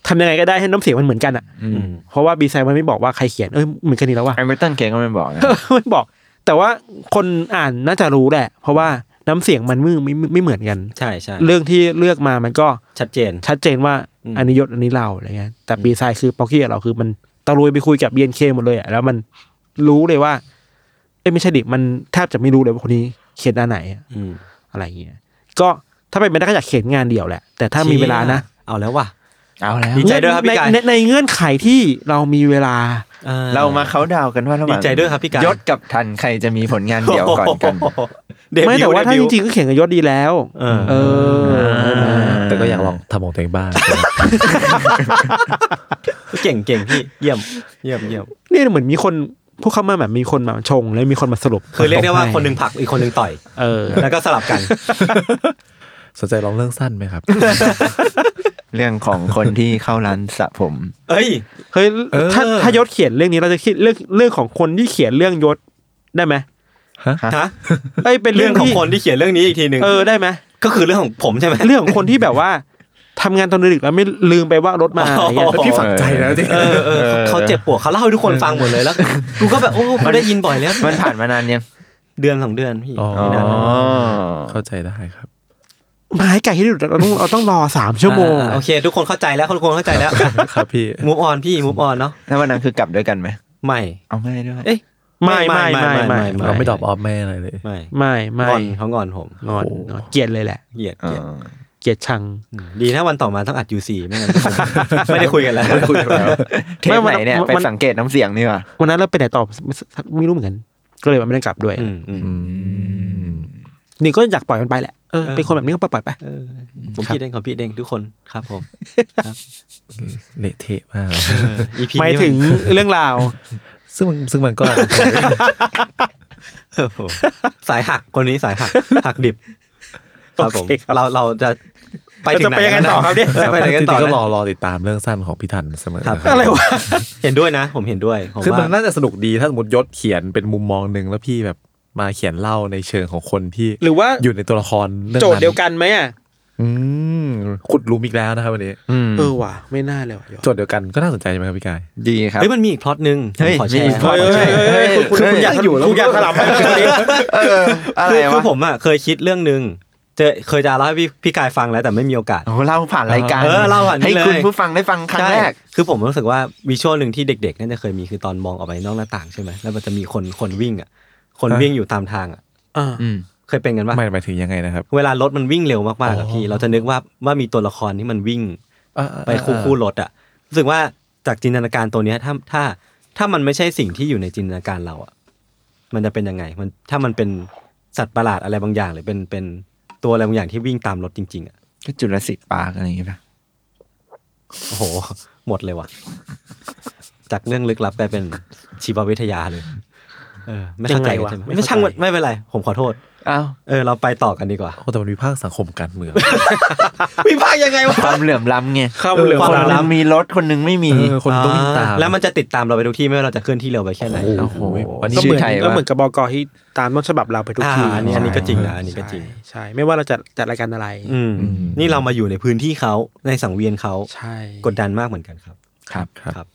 ทำยังไงก็ได้ให้น้ำเสียงมันเหมือนกันอ่ะ
อืม
เพราะว่าบีไซมันไม่บอกว่าใครเขียนเอ้ยเหมือนกันนี่แล้วว่ะ
ไอ เมอร์ตันเคนก็ไม่ บอกนะ
ไม่บอก แต่ว่าคนอ่านน่าจะรู้แหละ เพราะว่าน้ำเสียงมันไม่ไม่ไม่เหมือนกัน
ใช่ใช่
เรื่องที่เลือกมามันก็
ชัดเจน
ชัดเจนว่า
อืม
อันนี้ยศอันนี้เราอะไรเงี้ยแต่บีไซคือป๊อกกี้กับเราคือมันตะลุยไปคุยกับบีเนเคหมดเลยอ่ะแล้วมันรู้เลยว่า เอ้ยไม่ใช่ดิมันแทบจะไม่รู้เลยว่าคนนี้เขียนด้านไหนอะ
อืม
อะไรเงี้ย ก็ถ้าเป็นไปได้ก็อยากเขียนงานเดียวแหละ แต่ถ้ามีเวลานะ
เอาแล้วว่ะ
เอาแล้ว
ดีใจด้วยครับพี่กาย
ในในเงื่อนไขที่เรามีเวลา
อ่
เรามาเขาน์ดาวน์กันว่าระห
ดี
ว่าง
ใจด้วยครับพี่กาย
ยศกับทันใครจะมีผลงานเดี่ยวก่อนกัน
โโหเดบิวต์
ไม่แต่ว่าถ้า
เด
จ
บิวต์
ริงๆก็เขียนกับยศดีแล้ว
เออ
เออ
แต่ก็อยากลองทำของตัวเองบ้าง
เก่งเก่งพี่เยี่ยมเยี่ยมเยี่ยม
เนี่ยเหมือนมีคนพวกเข้ามาแบบมีคนมาชง แล้วมีคนมาสรุป
คือเรียกได้ว่าคนหนึ่งผลักอีกคนหนึ่งต่อย
เออ
แล้วก็สลับกัน
สนใจลองเรื่องสั้นไหมครับ
เรื่องของคนที่เข้าร้านสระผม
เอ้ย
เฮ้ย
เออ
ถ้าถ้ายศเขียนเรื่องนี้เราจะคิดเรื่องเรื่องของคนที่เขียนเรื่องยศได้ไหม
ฮะ
เอ้ยเป็น
เรื่องของ
ที่
คนที่เขียนเรื่องนี้อีกทีหนึ่ง
เออได้ไหม
ก็คือเรื่องของผมใช่ไหม
เรื่องของคนที่แบบว่าท ทำงานตอนดึกๆแล้วไม่ลืมไปว่ารถมาอะไรเงี้ย
อ๋อ
พี่ฝังใจแล้วจริง
เออเออเขาเขาเจ็บปวดเขาเล่าให้ทุกคนฟังหมดเลยแล้ว กูก็แบบโอ้เขาได้ยินบ่อยแล้ว
มันผ่านมานานยัง
เดือนสองเดือนพี่
อ๋อ
ไม่นานมาก
เข้าใจได้ครับ
ไม้ไก่ที่ดุเราต้องเราต้องรอสามชั่วโมง
อ่าโอเค ทุกคนเข้าใจแล้วทุกคนเข้าใจแล้ว
ครับ พี่
มูฟออนพี่มูฟออนเนาะ
แล้ววันนั้นคือกลับด้วยกันไหม
ไม่
เอาไม่ด้วย
เอ๊ะ
ไม่ไม่ไม่ไม่
ไม่
เราไม่ดรอปออฟแม่อะไรเลย
ไม่
ไม่ไม่
งอนเขางอนผม
งอนงอนเกลียดเลยแหละ
เกลียดเกลียด
เกลียดชัง
มดีนะวันต่อมาต้องอัดยูซีไม่งั้นก็คงไม่ได้คุยกันแล้ว
คุยกันแล้วเท
ไม่
ป
มั
ไห
น
นเนี่ย
มัน
ไปสังเกตน้ำเสียงนี่ว่ะ
วันนั้นเราไปไหนต่อไม่ไม่รู้เหมือนกัน ก็เลยไม่ได้กลับด้วย
อืมอืม
นี่ก็อยากปล่อยมันไปแหละเออเป็นคนแบบนี้ก็ปล่อยๆไป
เออผมพี่เด้งของพี่เด้งทุกคนครับผม
เละเทะมาก
อีพี
หมายถึงเรื่องราว
ซึ่งมันซึ่งมันก็
สายหักคนนี้สายหักหักดิบครับผม
โอเคครับ
เราเราจะไปถึงไหน
จะยังไง
กั
ต่อครับเนี่ย
จะไปไหนกันต่
จ
อ
ริงๆก็ร
นะ
อรอติดตามเรื่องสั้นของพี่ทันเสมอ
ครับ
อะไรวะ
เห็นด้วยนะ ผมเห็นด้วยผม
คือมัน
ว่า
น่าจะสนุกดีถ้าสมมติยศเขียนเป็นมุมมองหนึ่งแล้วพี่แบบมาเขียนเล่าในเชิงของคนที่
หรือว่า
อยู่ในตัวละครเรื่อง
โจท
นั้
ย์
น
เดียวกันไหมอ่ะ
อืมขุดหลุมอีกแล้วนะครับวันนี้
เออว่ะไม่น่าเลยว่ะยอด
โจทย์เดียวกันก็น่าสนใจใช่ไหมครับพี่กาย
ดีครับ
เฮ้ยมันมีอีกพล็อตหนึ่งผม
เฮ้ย
ขอแช
มี
ร์
อีก
เฮ้ยเฮ้ยเฮ้ยเฮ้ยคุณคุณคุณอยากอยู่แล้วคุณอยากถลับไปตอนนี้
เอออะ
คื
ไร
อคือ
วะ
ผมอ่ะเคยคิดเรื่องหนึ่งเจอเคยจะเล่าให้พี่พี่กายฟังแล้วแต่ไม่มีโอกาส
โอ้โหเล่าผ่านรายการ
เออเล่าผ่านนี่
ให้
เลย
คุณผู้ฟังได้ฟังครั้งแรก
ใช่คือผมรู้สึกว่าวิชวลหนึ่งที่เด็กๆน่าจะเคยมีคือตอนมองออกไปนอกหน้าต่างใช่ไหมแล้วมันจะมีคนคนวิ่งอ่ะ คนวิ่งอยู่ตามทางอ่ะ
อ่า
เคยเป็นกันปะ
ไม่หมายถึงยังไงนะครับ
เวลารถมันวิ่งเร็วมากๆอะพี่ เราจะนึกว่าว่ามีตัวละครที่มันวิ่งไปคู่คู่รถอ่ะ รู้สึกว่าจากจินตนาการตัวเนี้ยถ้าถ้าถ้ามันไม่ใช่สิ่งที่อยู่ในจินตนาการเราอ่ะ มันจะเป็นยังไง มันถ้ามันเป็นสัตว์ประหลาดอะไรบางอย่าง หรือเป็นเป็นตัวอะไรบางอย่างที่วิ่งตามรถจริงๆอ่ะ
ก็จุลศิษย์ปาร์กอะไรอย่างเงี้ยป่ะ
โอ้โห หมดเลยว่ะ จากเรื่องลึกลับไปเป็นชีววิทยาเลย เออ ไม่เข้าใจกันใช่ไหมไม่ช่างมันไม่เป็นไร ผมขอโทษ
อ้าว
เออ เราไปต่อกันดีกว่า
โอ้แต่มันวิพากษ์สังคมการเมือง
วิพากษ์ยังไงวะ
ความเหลื่อมล้ำไง
เข้าเรื่อง
ความ
คน
รา
ห
ว
นึงมีรถคนหนึงไม่มี
เออคนต้องวิ่งตาม
แล้วมันจะติดตามเราไปทุกที่ไม่ว่าเราจะเคลื่อนที่เร็วไปแค่ไหน
โอ้โหวัน
ก็
นี้
เหมือน
ก็เหมือนกับบกที่ตามต้นฉบับเราไปทุก
อ่า
ที
อันนี้อันนี้ก็จริงนะ อันนี้ก็จริง
ใช่ใช่ ไม่ว่าเราจะจัดรายการอะไร
อืม นี่เรามาอยู่ในพื้นที่เขาในสังเวียนเขา
ใช่
กดดันมากเหมือนกันครับ
ครับ
ครับ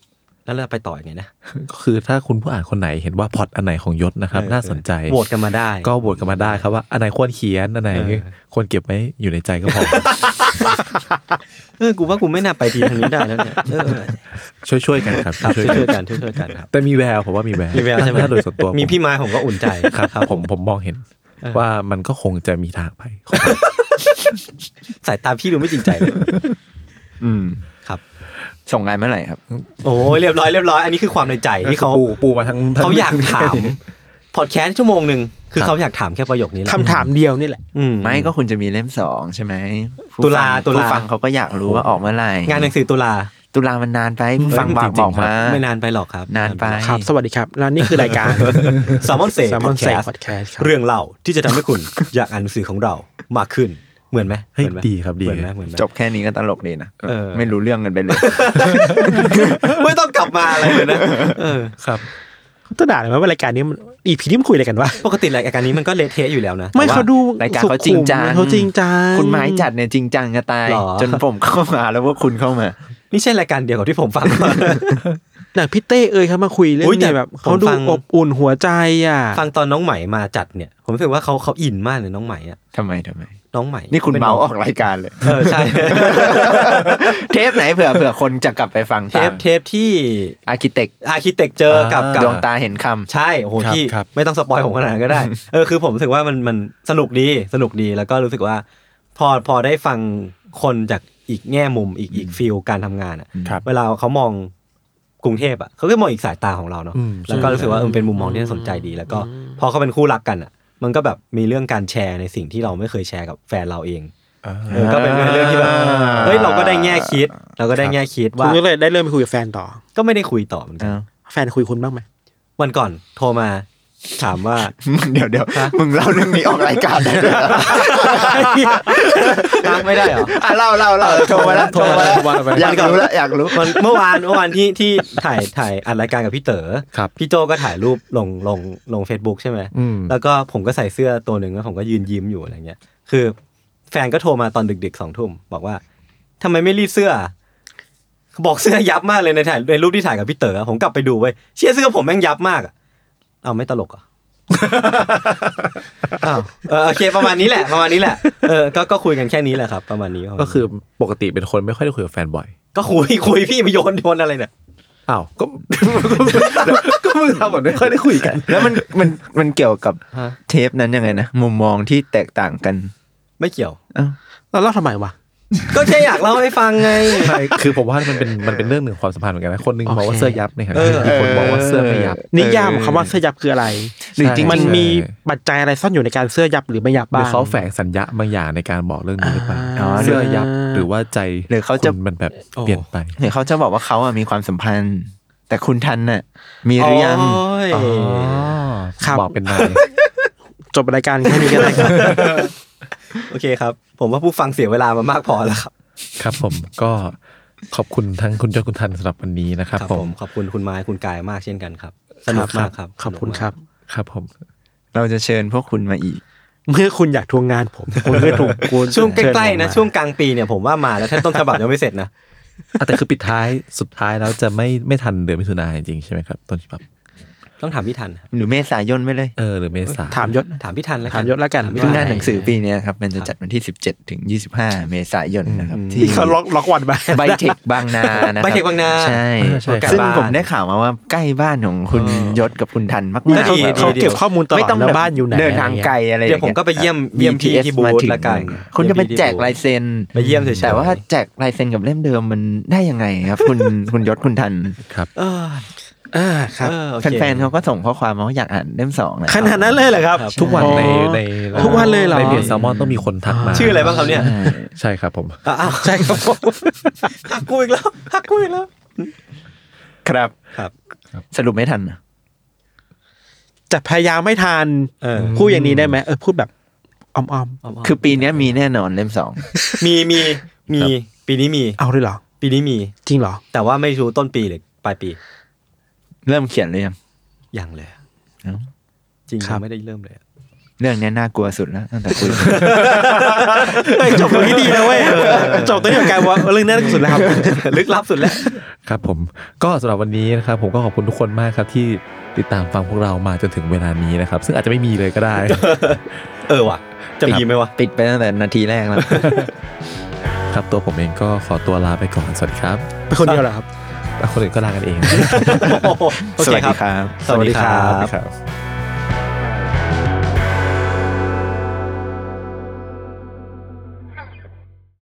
แล้วเราไปต่อยังไงนะ
ก็คือถ้าคุณผู้อ่านคนไหนเห็นว่าพล็อตอันไหนของยศนะครับ
เออ
น่าสนใจ
โหวตกันมาได้
ก็โหวตกันมาได้ครับว่าอันไหนควรเขียนอันไหน
เออ
ควรเก็บไว้อยู่ในใจก็พอ
เออ กูว่ากูไม่น่าไป ทีทางนี้ได้แล้วเนี่ยเออ
ช่วยช่วยๆกันครับ
ครับ
ช่วย
ช่วย
ๆ
ๆ
กั
กัน นช่วยๆกันครับ
แต่มีแววผมว่ามีแวว
มีแววใช่ไหม
ถ้าโดยส่วนตัว
มี
ผ
พี่ไม้ผมก็อุ่นใจ
ครับผมผมมองเห็น ว่ามันก็คงจะมีทางไปของมัน
สายตาพี่ดูไม่จริงใจเลย
อืม
ครับ
ส่งงานเมื่อไหร่ครับ
โอ้ยเรียบร้อยเรียบร้อยอันนี้คือความในใจที่เขา
ปูปูมาทั้งทั้ง
เขาอยากถ ามพอดแคสต์ชั่วโมงหนึ่งคือเขาอยากถามแค่ประโยคนี้แหละ
คำถามเดียวนี่แหละ
อื
ไม่ก็คุณจะมีเล่มสองใช่ไหมผู้
ตุลา
ฟัง
ตุลา
ผู้ฟังเขาก็อยากรู้ว่าออกเมื่อไหร่
งานหนังสือตุลา
ตุลามันนานไปผู้ฟังบ
จ
อ
ริ
ก
งๆ
บอกมา
ไม่นานไปหรอกครับ
นานไป
ครับ สวัสดีครับแล้วนี่คือรายการ
สามอนเส
Salmon Say
พอดแคส
Podcast
ต์
ครับ
เรื่องเล่าที่จะทำให้คุณ อยากอ่านหนังสือของเรามากขึ้นเหมือนไหม
เฮ้ย
หมือนไหม
ดีครับดี
เหมือนไหมเหมือนไหม
จบแค่นี้ก็ตลกดีนะ
เออ
ไม่รู้เรื่องกันไปเลย
ไม่ต้องกลับมาอะไรเลยนะเออ
ครับ
ต้นด่าเลยไหมว่ารายการนี้มันอีพีนี้มันคุยอะไรกันวะ
ปกติรายการนี้มันก็เละเทะอยู่แล้วนะ
ไม่
แต่ว่
เขาดู
รายการ
สุ
เขาจริงจัง
ขุมนะเขาจริงจัง
คุณไม้จัดเนี่ยจริงจังจะตาย
หรอ
จนผมเข้ามาแล้วพวกคุณเข้ามา
นี่ใช่รายการเดียวกับที่ผมฟัง
น่ะพี่เต้เอ่ยเขามาคุยเรื่อง
อุ๊ยแต่
เนี่ยแบบเขาดู
ผมฟัง
อบอุ่นหัวใจอ่ะ
ฟังตอนน้องใหม่มาจัดเนี่ย ผมรู้สึกว่าเขาเขาอินมากเลยน้องใหม่อะ
ทำไมทำไม
น้องใหม่
นี่คุณ
ป็
เมา
อง
ออกรายการเลย
เออใช่
เทปไหนเผื่อเผื่อคนจะกลับไปฟัง
เท
ตา
ป
ม
เทปที่
อาร์คิเต็ก
อาคิเต็กเจอกับกับ
ดวงตาเห็นคำ
ใช่โอ้โห
ครับ
ที่
ครับ
ไม่ต้องสปอย ผมขนาดนั้นก็ได้ เออคือผมรู้สึกว่ามันมันสนุกดีสนุกดีแล้วก็รู้สึกว่า พอพอได้ฟังคนจากอีกแง่มุมอีกอีกฟิลการทำงานอ่ะ
ครับ
เวลาเขามองกรุงเทพอ่ะเขาก็มองอีกสายตาของเราเนาะ
อืมใช่
แล้วก็รู้สึกว่าเออเป็นมุมมองที่น่าสนใจดี แล้วก็พอเขาเป็นคู่รักกันอ่ะ มันก็แบบมีเรื่องการแชร์ในสิ่งที่เราไม่เคยแชร์กับแฟนเราเอง เออก็เป็นเรื่องที่แบบเฮ้ยเราก็ได้แง่คิด เราก็ได้แง่คิด
คุณ
ว่า
ก็เลยได้เริ่มไปคุยกับแฟนต่อ
ก็ไม่ได้คุยต่อเหมือนกัน
แฟนคุยคุณบ้างไหม
วันก่อนโทรมาถาม ว่า
เดี๋ยวเดี๋ยว
ฮะ
มึงเล่าเรื่องนี้ออกรายการได้ด้วยเหรอ
ไม่ได้เหรอ
อ่ะเล่าเล่าเล่าโทรมาแล้วโทรมาแล้วอยากรู้แล้วอยากรู้
วันเมื่อวานเมื่อวานที่ที่ถ่ายถ่ายอัดรายการกับพี่เต๋อ
ครับ
พี่โจก็ถ่ายรูปลงลงลง Facebook ใช่ไหม
อืม
แล้วก็ผมก็ใส่เสื้อตัวหนึ่งแล้วผมก็ยืนยิ้มอยู่อะไรเงี้ย คือ แฟนก็โทรมาตอนดึกๆสองทุ่มบอกว่า ทำไมไม่รีดเสื้อ บอกเสื้อยับมากเลยในถ่ายในรูปที่ถ่ายกับพี่เต๋อผมกลับไปดูไว้ยเชี่ยเสื้อผมแม่งยับมากอะเอาไม่ตลกเหรอ่ะ อ้าวเออโอเคประมาณนี้แหละ ประมาณนี้แหละเออก็ก็คุยกันแค่นี้แหละครับ ประมาณนี้
ก็คือปกติเป็นคนไม่ค่อยได้คุยกับแฟนบ่อย
ก็คุยคุยพี่ไปโยนโยนอะไรเนี่ย
อ้าว ก็ ก็มึงทำแบบไม่ค่อยได้คุยกัน
แล้วมันมันมันเกี่ยวกับเทปนั้นยังไงนะมุมมองที่แตกต่างกัน
ไม่เกี่ยว
เราเล่าทำไมวะ
ก็แค่อยากเล่าให้ฟังไง
ใช่คือผมว่ามันเป็นมันเป็นเรื่องหนึ่งความสัมพันธ์เหมือนกันนะคนหนึ่ง
โอเค
บอกว่าเสื้อยับในขณะ
เออ
ที่คนบอกว่าเสื้อไม่ยับ
นิยามของคำว่าเสื้อยับคืออะไร
หรือจริงๆ
มันมี
ใช่
ปัจจัยอะไรซ่อนอยู่ในการเสื้อยับหรือไม่ยับ
หรื
บ้า
อง เขาแฝงสัญญาบางอย่างในการบอกเรื่องนี้หรือเปล่า
อ่า
เสื้อยับหรือว่าใจ
หรือเขาจะ
คุณมันแบบเปลี่ยนไป
เห็นเขาจะบอกว่าเขาอะมีความสัมพันธ์ แต่คุณทันน่ะมีหรือยัง
โย
อ๋อ
ครับ
บอกเป็นนาย
จบรายการแค่นี้ก็ได้ครับ
โอเคครับ ผมว่าผู้ฟังเสียเวลามามากพอแล้วครับ
ครับผมก็ขอบคุณทั้งคุณยศคุณทันสำหรับวันนี้นะครับผม
ขอบคุณคุณไม้คุณกายมากเช่นกันครับสนุกมากครับ
ขอบคุณครับ
ครับผม
เราจะเชิญพวกคุณมาอีก
เมื่อคุณอยากทวงงานผมคุณก็ถูกกู
ช่วงใกล้ๆนะ
เชิญผมมา
ช่วงกลางปีเนี่ยผมว่ามาแล้วท่านต้นฉบับยังไม่เสร็จนะ
อ่ะแต่คือปิดท้ายสุดท้ายแล้วจะไม่ไม่ทันเดือนมิถุนายนจริงๆใช่ไหมครับต้นฉบับ
ต้องถามพี่ทันครับ
หรือเมษายนไม่เลย
เออหรือเมษา
ถามยศ
ถามพี่ทันแล้ว
ถามยศแล้วกัน
ถามพี่
ซึ่
ทั
ง
น
งานหนังสือปีเนี้ยครับ มันจะจัดวันที่ 17 ถึง 25 เมษายนนะครับ ที่
ที่เขาล็อกล็อกวันไป
ไบเทคบางนานะครับ
ใบเทคบางนา
ใช่
ใช่ครับ
ซึ่งผมได้ข่าวมาว่าใกล้บ้านของคุณ
เออย
ศกับคุณทันมาก
ก็
ๆ
ดี
แบบ
เขาเก็บข้อมูลตล
ไม่
อด
ต้อง
นะบ้านอยู่ไหน
เดินทางไกลอะไรอาง
เดี๋ยว
งี้
ผมก็ไปเยี่ยมเยี่ยมที่
อ่อ
ที่บูธ
BTS
ละกัน
มาถึงคุณจะไปแจกลายเซ็น
ไปเยี่ยมเฉยๆ
แต่ว่าแจกลายเซ็นกับเล่มเดิมมันได้ยังไงครับ คุณคุณยศคุณทัน
เออ
อ่าครับ
เออโอค
แฟนๆเขาก็ส่งข้อความมาว่าอยากอ่านเล่มสองนะ
ขนาดนั้นเลยเหรอครับ
ทุกวันในใน
ทุกวันเลยเหรอ
ในเพจแซลมอนต้องมีคนทักมา
ชื่ออะไรบ้างครับเนี่ย
ใช่ครับผม
อ้าวใช่ครับผมหักกูอีกแล้วหักกูอีกแล้ว
ครับ
ครับ
สรุปไม่ทันเหรอ
จะพยายามไม่ทาน
เออ
พูดอย่างนี้ได้ไหมเออพูดแบบอ้อม
คือปีเนี้ยมีแน่นอนเล่มสอง
มีมีมีปีนี้มี
ๆเอาด้วยเหรอ
ปีนี้มี
จริงเหรอ
แต่ว่าไม่รู้ต้นปีหรือปลายปี
เริ่มเขียนหรือยัง
ยังเลยอะ
เอ้า
จริงๆ
ครับ
ไม่ได้เริ่มเลยอะ
เรื่องเนี้ยน่ากลัวสุดแล้วตั้งแต่คุย
เฮ้ยจบตรงนี้ดีนะเว้ยจบตรงนี้กับการว่าเรื่องนี้น่าสนสุดแล้วครับ
ลึกลับสุดแล้ว
ครับผมก็สำหรับวันนี้นะครับผมก็ขอบคุณทุกคนมากครับที่ติดตามฟังพวกเรามาจนถึงเวลานี้นะครับ ซึ่งอาจจะไม่มีเลยก็ ได้
เออว่ะ จะมีไหมวะ
ปิดไปตั้งแต่นาทีแรกแล้ว
ครับตัวผมเองก็ขอตัวลาไปก่อนสวัสดีครับ
เป็นคนเดียวเหรอครับ
อ่ะคนอื่นก็ลากันเอง
โอ
ส
เค
วัส
ค
ดี
รับ
ครับ
สวัสดีครับ
ครับ